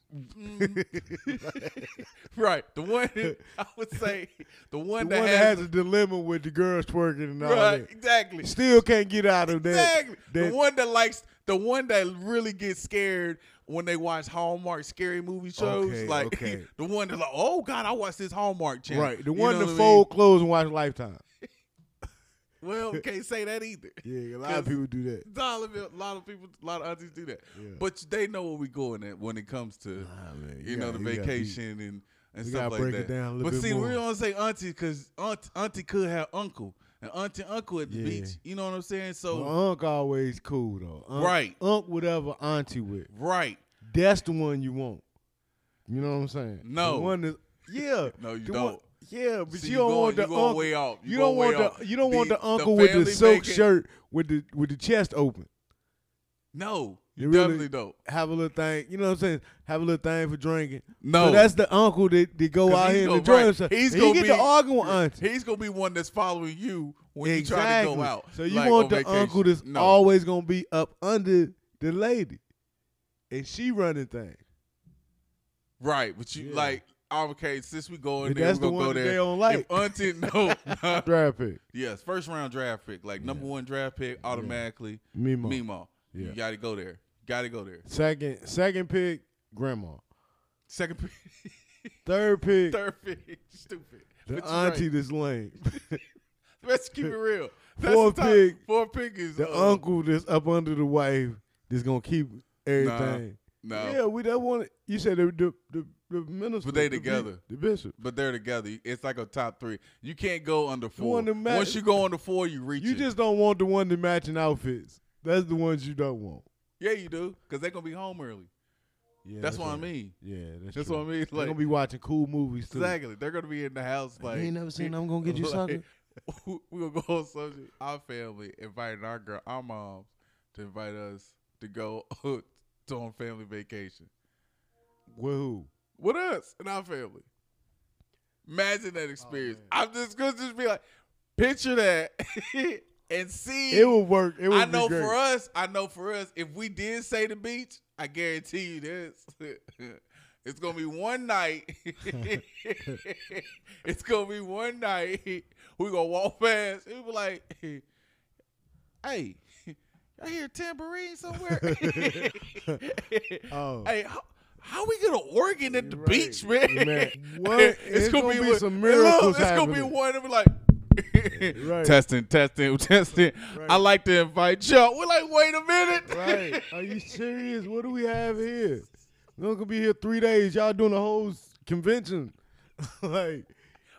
[SPEAKER 1] mm. [LAUGHS] right. The
[SPEAKER 2] [LAUGHS]
[SPEAKER 1] one that- I would say the
[SPEAKER 2] The
[SPEAKER 1] one
[SPEAKER 2] one
[SPEAKER 1] that
[SPEAKER 2] that
[SPEAKER 1] has,
[SPEAKER 2] has a dilemma with the girls twerking and all
[SPEAKER 1] right,
[SPEAKER 2] that.
[SPEAKER 1] exactly.
[SPEAKER 2] Still can't get out of that.
[SPEAKER 1] Exactly.
[SPEAKER 2] that-
[SPEAKER 1] the one that likes the one that really gets scared when they watch Hallmark scary movie shows.
[SPEAKER 2] Okay,
[SPEAKER 1] like [LAUGHS]
[SPEAKER 2] okay.
[SPEAKER 1] the one that's like, oh God, I watched this Hallmark channel.
[SPEAKER 2] Right. The
[SPEAKER 1] You
[SPEAKER 2] one
[SPEAKER 1] know
[SPEAKER 2] to
[SPEAKER 1] what I mean?
[SPEAKER 2] fold clothes and watch Lifetime.
[SPEAKER 1] Well,
[SPEAKER 2] [LAUGHS]
[SPEAKER 1] can't say that either. [LAUGHS]
[SPEAKER 2] Yeah, a
[SPEAKER 1] lot of
[SPEAKER 2] lot of people do that.
[SPEAKER 1] Dollar bill. A lot of people, a lot of aunties do that.
[SPEAKER 2] Yeah.
[SPEAKER 1] But they know where we going at when it comes to you, know the vacation and and
[SPEAKER 2] you
[SPEAKER 1] stuff
[SPEAKER 2] gotta
[SPEAKER 1] like
[SPEAKER 2] break
[SPEAKER 1] that.
[SPEAKER 2] it down a little
[SPEAKER 1] but
[SPEAKER 2] bit
[SPEAKER 1] see, we
[SPEAKER 2] more.
[SPEAKER 1] don't say auntie because aunt, auntie could have uncle and auntie and uncle at the
[SPEAKER 2] Yeah.
[SPEAKER 1] beach. You know what I'm saying? So
[SPEAKER 2] Well, Unc always cool though. Unc,
[SPEAKER 1] Right.
[SPEAKER 2] Unc whatever auntie with.
[SPEAKER 1] right,
[SPEAKER 2] That's the one you want. You know what I'm saying?
[SPEAKER 1] No.
[SPEAKER 2] The one is yeah.
[SPEAKER 1] [LAUGHS] No, you
[SPEAKER 2] the one-
[SPEAKER 1] don't.
[SPEAKER 2] yeah, but
[SPEAKER 1] See,
[SPEAKER 2] you don't
[SPEAKER 1] going-
[SPEAKER 2] want the
[SPEAKER 1] you going
[SPEAKER 2] unc-
[SPEAKER 1] way off.
[SPEAKER 2] You,
[SPEAKER 1] going
[SPEAKER 2] don't want
[SPEAKER 1] way off.
[SPEAKER 2] the you don't want the uncle with the
[SPEAKER 1] family
[SPEAKER 2] silk
[SPEAKER 1] making-
[SPEAKER 2] shirt with the with the chest open.
[SPEAKER 1] No, you
[SPEAKER 2] You really-
[SPEAKER 1] definitely don't.
[SPEAKER 2] Have a little thing, you know what I'm saying? Have a little thing for drinking.
[SPEAKER 1] No.
[SPEAKER 2] so that's the uncle that, that go
[SPEAKER 1] 'Cause
[SPEAKER 2] out
[SPEAKER 1] he's
[SPEAKER 2] here and
[SPEAKER 1] gonna-
[SPEAKER 2] enjoy
[SPEAKER 1] right.
[SPEAKER 2] himself.
[SPEAKER 1] He's
[SPEAKER 2] and
[SPEAKER 1] gonna
[SPEAKER 2] you get
[SPEAKER 1] be
[SPEAKER 2] to arguing with auntie.
[SPEAKER 1] He's gonna be one that's following you when you try to
[SPEAKER 2] exactly.
[SPEAKER 1] go out.
[SPEAKER 2] So you
[SPEAKER 1] like,
[SPEAKER 2] want
[SPEAKER 1] on
[SPEAKER 2] the
[SPEAKER 1] vacation.
[SPEAKER 2] uncle that's
[SPEAKER 1] no.
[SPEAKER 2] always gonna be up under the lady, and she running things.
[SPEAKER 1] Right, but you
[SPEAKER 2] Yeah.
[SPEAKER 1] like okay. Since we go in
[SPEAKER 2] But
[SPEAKER 1] there,
[SPEAKER 2] that's
[SPEAKER 1] we
[SPEAKER 2] the
[SPEAKER 1] gonna go
[SPEAKER 2] one that
[SPEAKER 1] there.
[SPEAKER 2] they don't like.
[SPEAKER 1] If Auntie, no, no.
[SPEAKER 2] [LAUGHS]
[SPEAKER 1] [LAUGHS]
[SPEAKER 2] Draft pick,
[SPEAKER 1] yes, first round draft pick, like number one draft pick, automatically
[SPEAKER 2] Mimo.
[SPEAKER 1] Mimo. You
[SPEAKER 2] Yeah.
[SPEAKER 1] gotta go there. Gotta go there.
[SPEAKER 2] Second, second pick, grandma.
[SPEAKER 1] Second pick, [LAUGHS]
[SPEAKER 2] Third pick,
[SPEAKER 1] third pick, [LAUGHS] stupid.
[SPEAKER 2] the
[SPEAKER 1] But you're
[SPEAKER 2] auntie
[SPEAKER 1] right.
[SPEAKER 2] that's lame.
[SPEAKER 1] [LAUGHS] Let's keep it real. That's
[SPEAKER 2] Fourth
[SPEAKER 1] the top-
[SPEAKER 2] pick,
[SPEAKER 1] Fourth pick is
[SPEAKER 2] the
[SPEAKER 1] uh,
[SPEAKER 2] uncle that's up under the wife that's gonna keep everything.
[SPEAKER 1] No,
[SPEAKER 2] Yeah, we that one. You said the the the, the minister,
[SPEAKER 1] But they
[SPEAKER 2] the be-
[SPEAKER 1] together.
[SPEAKER 2] the bishop.
[SPEAKER 1] but they're together. It's like a top three. You can't go under four.
[SPEAKER 2] one that matters.
[SPEAKER 1] Once you go under four, you reach.
[SPEAKER 2] You
[SPEAKER 1] it.
[SPEAKER 2] just don't want the one that matching outfits. That's the ones you don't want.
[SPEAKER 1] yeah, you do, because they're gonna be home early.
[SPEAKER 2] Yeah,
[SPEAKER 1] that's, what I
[SPEAKER 2] right.
[SPEAKER 1] mean.
[SPEAKER 2] Yeah, that's,
[SPEAKER 1] That's
[SPEAKER 2] true.
[SPEAKER 1] what I mean.
[SPEAKER 2] They're
[SPEAKER 1] Like
[SPEAKER 2] gonna be watching cool movies too.
[SPEAKER 1] exactly, they're gonna be in the house. Like
[SPEAKER 2] never seen I'm gonna
[SPEAKER 1] like, [LAUGHS] We gonna go on subject. Our family invited our girl, our moms, to invite us to go [LAUGHS] to on family vacation
[SPEAKER 2] With who?
[SPEAKER 1] with us and our family. Imagine
[SPEAKER 2] Oh,
[SPEAKER 1] that experience. I'm just gonna just be like, picture that [LAUGHS] and see.
[SPEAKER 2] It would work. It would
[SPEAKER 1] I know
[SPEAKER 2] be great.
[SPEAKER 1] for us, I know for us, if we did say the beach, I guarantee you this. [LAUGHS] It's gonna be one night. [LAUGHS] it's gonna be one night. [LAUGHS] We gonna walk past. It be like, [LAUGHS] hey, [LAUGHS] I hear a tambourine
[SPEAKER 2] [LAUGHS]
[SPEAKER 1] somewhere. [LAUGHS]
[SPEAKER 2] Oh.
[SPEAKER 1] Hey, how, how we get an organ at the
[SPEAKER 2] Right.
[SPEAKER 1] beach, man?
[SPEAKER 2] Man,
[SPEAKER 1] [LAUGHS]
[SPEAKER 2] what? It's gonna be
[SPEAKER 1] one-
[SPEAKER 2] some
[SPEAKER 1] Hey, look,
[SPEAKER 2] miracles
[SPEAKER 1] It's gonna be
[SPEAKER 2] happening.
[SPEAKER 1] one of them like
[SPEAKER 2] [LAUGHS] Right.
[SPEAKER 1] testing, testing, [LAUGHS] testing.
[SPEAKER 2] Right.
[SPEAKER 1] I like to invite y'all. We're like, wait a minute.
[SPEAKER 2] Right? Are you serious? What do we have here? We're gonna be here three days. Y'all doing a whole s- convention? [LAUGHS] like
[SPEAKER 1] [LAUGHS]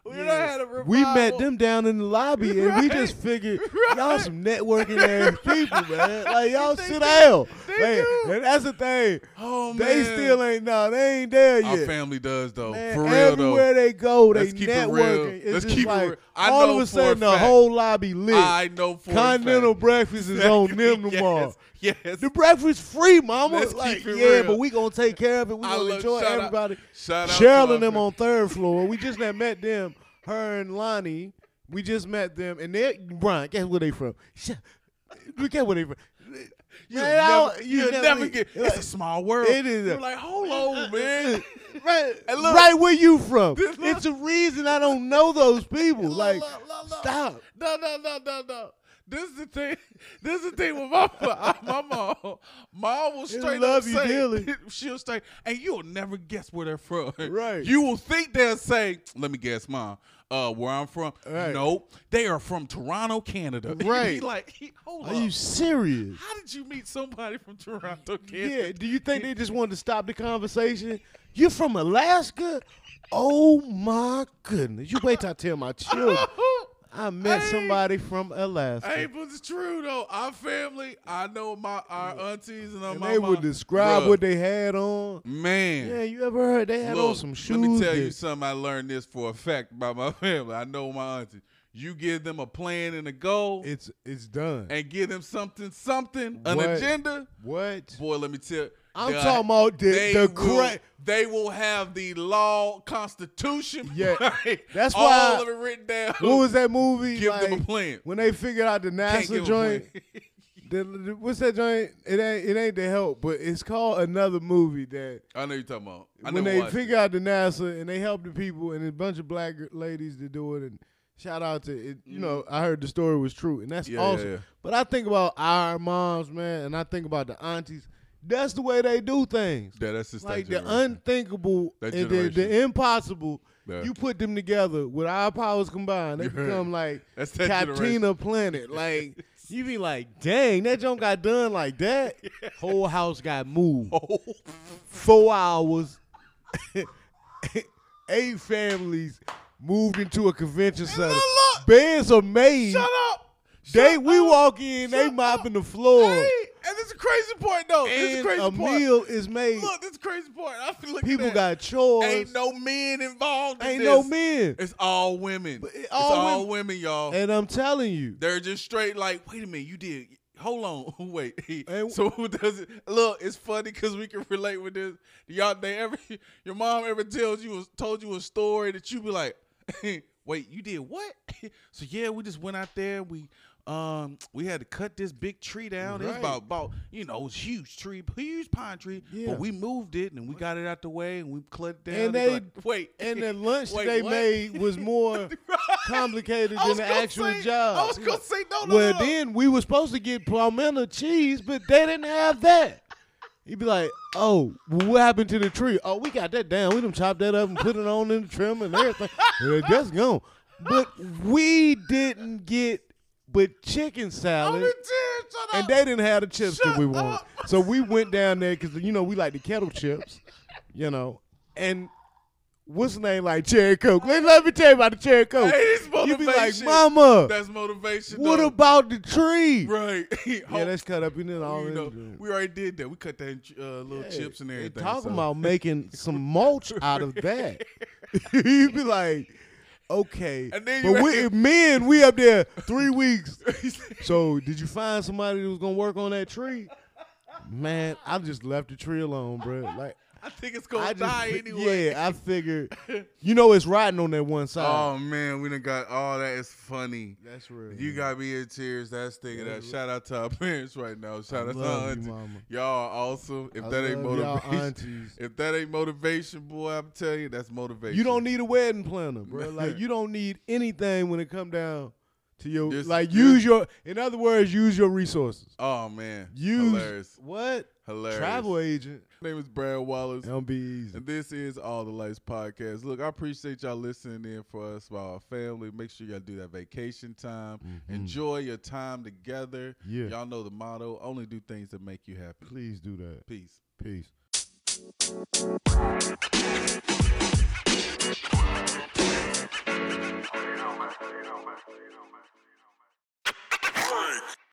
[SPEAKER 1] we
[SPEAKER 2] yeah.
[SPEAKER 1] done had a revival.
[SPEAKER 2] we met them down in the lobby, and we just
[SPEAKER 1] Right. [LAUGHS]
[SPEAKER 2] figured y'all
[SPEAKER 1] Right.
[SPEAKER 2] some networking ass people, man. Like
[SPEAKER 1] [LAUGHS]
[SPEAKER 2] y'all
[SPEAKER 1] They
[SPEAKER 2] sit
[SPEAKER 1] do.
[SPEAKER 2] out.
[SPEAKER 1] They
[SPEAKER 2] Man,
[SPEAKER 1] do.
[SPEAKER 2] And that's the thing.
[SPEAKER 1] Oh man,
[SPEAKER 2] They still ain't now. They ain't there
[SPEAKER 1] Our
[SPEAKER 2] yet.
[SPEAKER 1] family does though,
[SPEAKER 2] Man,
[SPEAKER 1] for real
[SPEAKER 2] everywhere they go, they
[SPEAKER 1] Let's keep it real.
[SPEAKER 2] networking. It's
[SPEAKER 1] Let's
[SPEAKER 2] just
[SPEAKER 1] keep it
[SPEAKER 2] like
[SPEAKER 1] real. I
[SPEAKER 2] all
[SPEAKER 1] know
[SPEAKER 2] of
[SPEAKER 1] for
[SPEAKER 2] a
[SPEAKER 1] a
[SPEAKER 2] sudden the
[SPEAKER 1] fact.
[SPEAKER 2] whole lobby
[SPEAKER 1] though.
[SPEAKER 2] lit.
[SPEAKER 1] I know for a
[SPEAKER 2] Continental
[SPEAKER 1] fact.
[SPEAKER 2] breakfast is [LAUGHS] on them tomorrow.
[SPEAKER 1] [LAUGHS] Yes, yes.
[SPEAKER 2] The breakfast free, mama.
[SPEAKER 1] Let's
[SPEAKER 2] like,
[SPEAKER 1] keep it
[SPEAKER 2] yeah,
[SPEAKER 1] real.
[SPEAKER 2] but we gonna take care of it. We
[SPEAKER 1] I
[SPEAKER 2] gonna
[SPEAKER 1] love-
[SPEAKER 2] enjoy
[SPEAKER 1] shout out-
[SPEAKER 2] everybody.
[SPEAKER 1] Shout out to
[SPEAKER 2] Cheryl
[SPEAKER 1] our
[SPEAKER 2] and them
[SPEAKER 1] fam-
[SPEAKER 2] on third floor. We just not met them. Her and Lonnie. We just met them, and they Brian. Guess where they from? [LAUGHS] Sh- Look at where they from.
[SPEAKER 1] You'll
[SPEAKER 2] Man, I
[SPEAKER 1] never,
[SPEAKER 2] don't-
[SPEAKER 1] you'll never, get. It's a small world.
[SPEAKER 2] It is a-
[SPEAKER 1] You're like, hold
[SPEAKER 2] [LAUGHS]
[SPEAKER 1] on, man.
[SPEAKER 2] right,
[SPEAKER 1] And look-
[SPEAKER 2] right where you from.
[SPEAKER 1] This look-
[SPEAKER 2] it's a reason I don't know those people.
[SPEAKER 1] Look,
[SPEAKER 2] [LAUGHS] like,
[SPEAKER 1] look, look, look.
[SPEAKER 2] stop.
[SPEAKER 1] No, no, no, no, no. This is the thing. [LAUGHS] This is the thing with my my mom. Mom will straight
[SPEAKER 2] love
[SPEAKER 1] up
[SPEAKER 2] you
[SPEAKER 1] say,
[SPEAKER 2] dearly.
[SPEAKER 1] [LAUGHS] she'll say, and you'll never guess where they're from.
[SPEAKER 2] Right.
[SPEAKER 1] You will think they'll say, "Let me guess, mom, uh, where I'm from."
[SPEAKER 2] Right.
[SPEAKER 1] Nope, they are from Toronto, Canada. [LAUGHS] He
[SPEAKER 2] Right.
[SPEAKER 1] like, he- hold up.
[SPEAKER 2] Are you serious?
[SPEAKER 1] How did you meet somebody from Toronto, Canada?
[SPEAKER 2] Yeah. Do you think they just wanted to stop the conversation? You from Alaska? Oh my goodness! You wait till I
[SPEAKER 1] [LAUGHS]
[SPEAKER 2] tell my children. I met
[SPEAKER 1] Hey.
[SPEAKER 2] somebody from Alaska.
[SPEAKER 1] Hey, but it's true though. Our family, I know my our aunties and, our
[SPEAKER 2] and
[SPEAKER 1] my
[SPEAKER 2] they would
[SPEAKER 1] mom-
[SPEAKER 2] describe
[SPEAKER 1] Bruh,
[SPEAKER 2] what they had on.
[SPEAKER 1] man.
[SPEAKER 2] Yeah, you ever heard they had on
[SPEAKER 1] Look,
[SPEAKER 2] some shoes?
[SPEAKER 1] Let me tell you
[SPEAKER 2] that-
[SPEAKER 1] something. I learned this for a fact about my [LAUGHS] family. I know my auntie. You give them a plan and a goal,
[SPEAKER 2] it's it's done.
[SPEAKER 1] and give them something, something, an
[SPEAKER 2] What?
[SPEAKER 1] agenda.
[SPEAKER 2] What?
[SPEAKER 1] Boy, let me tell.
[SPEAKER 2] I'm
[SPEAKER 1] the-
[SPEAKER 2] talking about the-
[SPEAKER 1] they
[SPEAKER 2] the
[SPEAKER 1] will,
[SPEAKER 2] cra-
[SPEAKER 1] They will have the law, constitution. [LAUGHS]
[SPEAKER 2] Yeah,
[SPEAKER 1] right?
[SPEAKER 2] that's
[SPEAKER 1] all
[SPEAKER 2] why-
[SPEAKER 1] of it written down.
[SPEAKER 2] What was that movie?
[SPEAKER 1] Give them a
[SPEAKER 2] like,
[SPEAKER 1] plan.
[SPEAKER 2] When they figured out the
[SPEAKER 1] Can't give
[SPEAKER 2] NASA
[SPEAKER 1] a
[SPEAKER 2] joint,
[SPEAKER 1] plan. [LAUGHS]
[SPEAKER 2] the, the- what's that joint? It ain't it ain't the help, but it's called another movie that
[SPEAKER 1] I know you're talking about. I
[SPEAKER 2] when
[SPEAKER 1] never
[SPEAKER 2] they
[SPEAKER 1] watched it.
[SPEAKER 2] figure out the NASA and they help the people and a bunch of black gir- ladies to do it and shout out to it. You know, I heard the story was true and that's
[SPEAKER 1] Mm. Yeah, yeah,
[SPEAKER 2] awesome.
[SPEAKER 1] yeah.
[SPEAKER 2] But I think about our moms, man, and I think about the aunties. That's the way they do things.
[SPEAKER 1] Yeah, that's just that
[SPEAKER 2] like the
[SPEAKER 1] generation.
[SPEAKER 2] unthinkable
[SPEAKER 1] That
[SPEAKER 2] and the, the
[SPEAKER 1] generation.
[SPEAKER 2] impossible.
[SPEAKER 1] Yeah.
[SPEAKER 2] You put them together with our
[SPEAKER 1] [LAUGHS]
[SPEAKER 2] powers combined, they
[SPEAKER 1] You're right.
[SPEAKER 2] become like
[SPEAKER 1] That's that
[SPEAKER 2] Katina
[SPEAKER 1] generation. [LAUGHS]
[SPEAKER 2] Planet. Like you be like, dang, that junk got done like that.
[SPEAKER 1] [LAUGHS]
[SPEAKER 2] Whole house got moved.
[SPEAKER 1] Oh.
[SPEAKER 2] Four hours, [LAUGHS] eight families moved into a convention center.
[SPEAKER 1] look-
[SPEAKER 2] Beds are made.
[SPEAKER 1] Shut up.
[SPEAKER 2] They
[SPEAKER 1] Shut
[SPEAKER 2] we
[SPEAKER 1] up.
[SPEAKER 2] walk in, they
[SPEAKER 1] Shut
[SPEAKER 2] mopping the
[SPEAKER 1] up.
[SPEAKER 2] floor,
[SPEAKER 1] Hey, and this is the crazy part though. this is the
[SPEAKER 2] and
[SPEAKER 1] crazy
[SPEAKER 2] a
[SPEAKER 1] part.
[SPEAKER 2] meal is made.
[SPEAKER 1] Look, this is the crazy part. I feel like
[SPEAKER 2] People got chores.
[SPEAKER 1] ain't no men involved. in
[SPEAKER 2] Ain't no
[SPEAKER 1] this.
[SPEAKER 2] men.
[SPEAKER 1] It's all women.
[SPEAKER 2] But it-
[SPEAKER 1] it's
[SPEAKER 2] all
[SPEAKER 1] all
[SPEAKER 2] women-
[SPEAKER 1] women, y'all.
[SPEAKER 2] And I'm telling you,
[SPEAKER 1] They're just straight like, wait a minute, you did. Hold on, [LAUGHS] wait.
[SPEAKER 2] And-
[SPEAKER 1] so who does it? Look, it's funny because we can relate with this. Y'all, they ever [LAUGHS] your mom ever tells you told you a story that you be like, [LAUGHS] wait, you did what? [LAUGHS] so yeah, we just went out there. We um we had to cut this big tree down. It's
[SPEAKER 2] Right.
[SPEAKER 1] about about you know it's huge tree, huge pine tree.
[SPEAKER 2] Yeah.
[SPEAKER 1] But we moved it and we got it out the way and we cut it down.
[SPEAKER 2] And
[SPEAKER 1] They be
[SPEAKER 2] they-
[SPEAKER 1] like, wait,
[SPEAKER 2] and
[SPEAKER 1] [LAUGHS]
[SPEAKER 2] the lunch
[SPEAKER 1] Wait,
[SPEAKER 2] that they
[SPEAKER 1] what? [LAUGHS]
[SPEAKER 2] made was more complicated
[SPEAKER 1] I
[SPEAKER 2] than
[SPEAKER 1] was
[SPEAKER 2] the
[SPEAKER 1] gonna
[SPEAKER 2] actual
[SPEAKER 1] say-
[SPEAKER 2] job.
[SPEAKER 1] I was gonna say no, no,
[SPEAKER 2] well,
[SPEAKER 1] no.
[SPEAKER 2] then we were supposed to get palmetto cheese, but they didn't have that. You'd be like, "Oh, what happened to the tree? Oh, we got that down. We done chopped that up and put it
[SPEAKER 1] [LAUGHS]
[SPEAKER 2] on in the trim and everything. Yeah, That's gone." But we didn't get with chicken salad. and they didn't have the chips that we wanted. So we went down there because you know we like the kettle chips, you know. And what's the name like cherry coke? Let, let me tell you about the cherry coke. you be like, Mama,
[SPEAKER 1] That's motivation.
[SPEAKER 2] what
[SPEAKER 1] though.
[SPEAKER 2] about the tree?
[SPEAKER 1] right? [LAUGHS]
[SPEAKER 2] Yeah, let's cut up in it all.
[SPEAKER 1] you
[SPEAKER 2] in
[SPEAKER 1] know,
[SPEAKER 2] the-
[SPEAKER 1] we already did that. We cut that in, uh, little chips and
[SPEAKER 2] They
[SPEAKER 1] everything.
[SPEAKER 2] Talking
[SPEAKER 1] so- [LAUGHS]
[SPEAKER 2] about making some mulch out of that. You'd be like, okay.
[SPEAKER 1] And then
[SPEAKER 2] but
[SPEAKER 1] you-
[SPEAKER 2] we, men, we up there
[SPEAKER 1] [LAUGHS]
[SPEAKER 2] three weeks. So did you find somebody that was gonna work on that tree? Man, I just left the tree alone, bro. Like
[SPEAKER 1] I think it's [LAUGHS]
[SPEAKER 2] I
[SPEAKER 1] gonna
[SPEAKER 2] just,
[SPEAKER 1] die anyway.
[SPEAKER 2] yeah, I figured,
[SPEAKER 1] [LAUGHS]
[SPEAKER 2] you know, it's rotting on that one side.
[SPEAKER 1] Oh man, we done got all that. It's funny.
[SPEAKER 2] That's real.
[SPEAKER 1] You got me in tears. That's thinking that. Shout out to our [LAUGHS] parents right now. Shout out to
[SPEAKER 2] love
[SPEAKER 1] our
[SPEAKER 2] you,
[SPEAKER 1] auntie.
[SPEAKER 2] mama.
[SPEAKER 1] Y'all are awesome. If
[SPEAKER 2] I
[SPEAKER 1] that ain't
[SPEAKER 2] love y'all
[SPEAKER 1] motivation,
[SPEAKER 2] aunties.
[SPEAKER 1] [LAUGHS] if that ain't motivation, boy, I'm telling you, that's motivation.
[SPEAKER 2] You don't need a wedding
[SPEAKER 1] [LAUGHS]
[SPEAKER 2] planner, bro. Like you don't need anything when it come down to your
[SPEAKER 1] Just-
[SPEAKER 2] like
[SPEAKER 1] just-
[SPEAKER 2] use your in other words, use your resources.
[SPEAKER 1] Oh man,
[SPEAKER 2] Use
[SPEAKER 1] hilarious,
[SPEAKER 2] what?
[SPEAKER 1] hilarious.
[SPEAKER 2] Travel agent.
[SPEAKER 1] My name is Brad Wallace.
[SPEAKER 2] Don't be easy.
[SPEAKER 1] And this is All the Lights Podcast. Look, I appreciate y'all listening in for us, for our family. Make sure y'all do that vacation time. Enjoy your time together.
[SPEAKER 2] Yeah.
[SPEAKER 1] Y'all know the motto only do things that make you happy.
[SPEAKER 2] Please do that.
[SPEAKER 1] Peace.
[SPEAKER 2] Peace.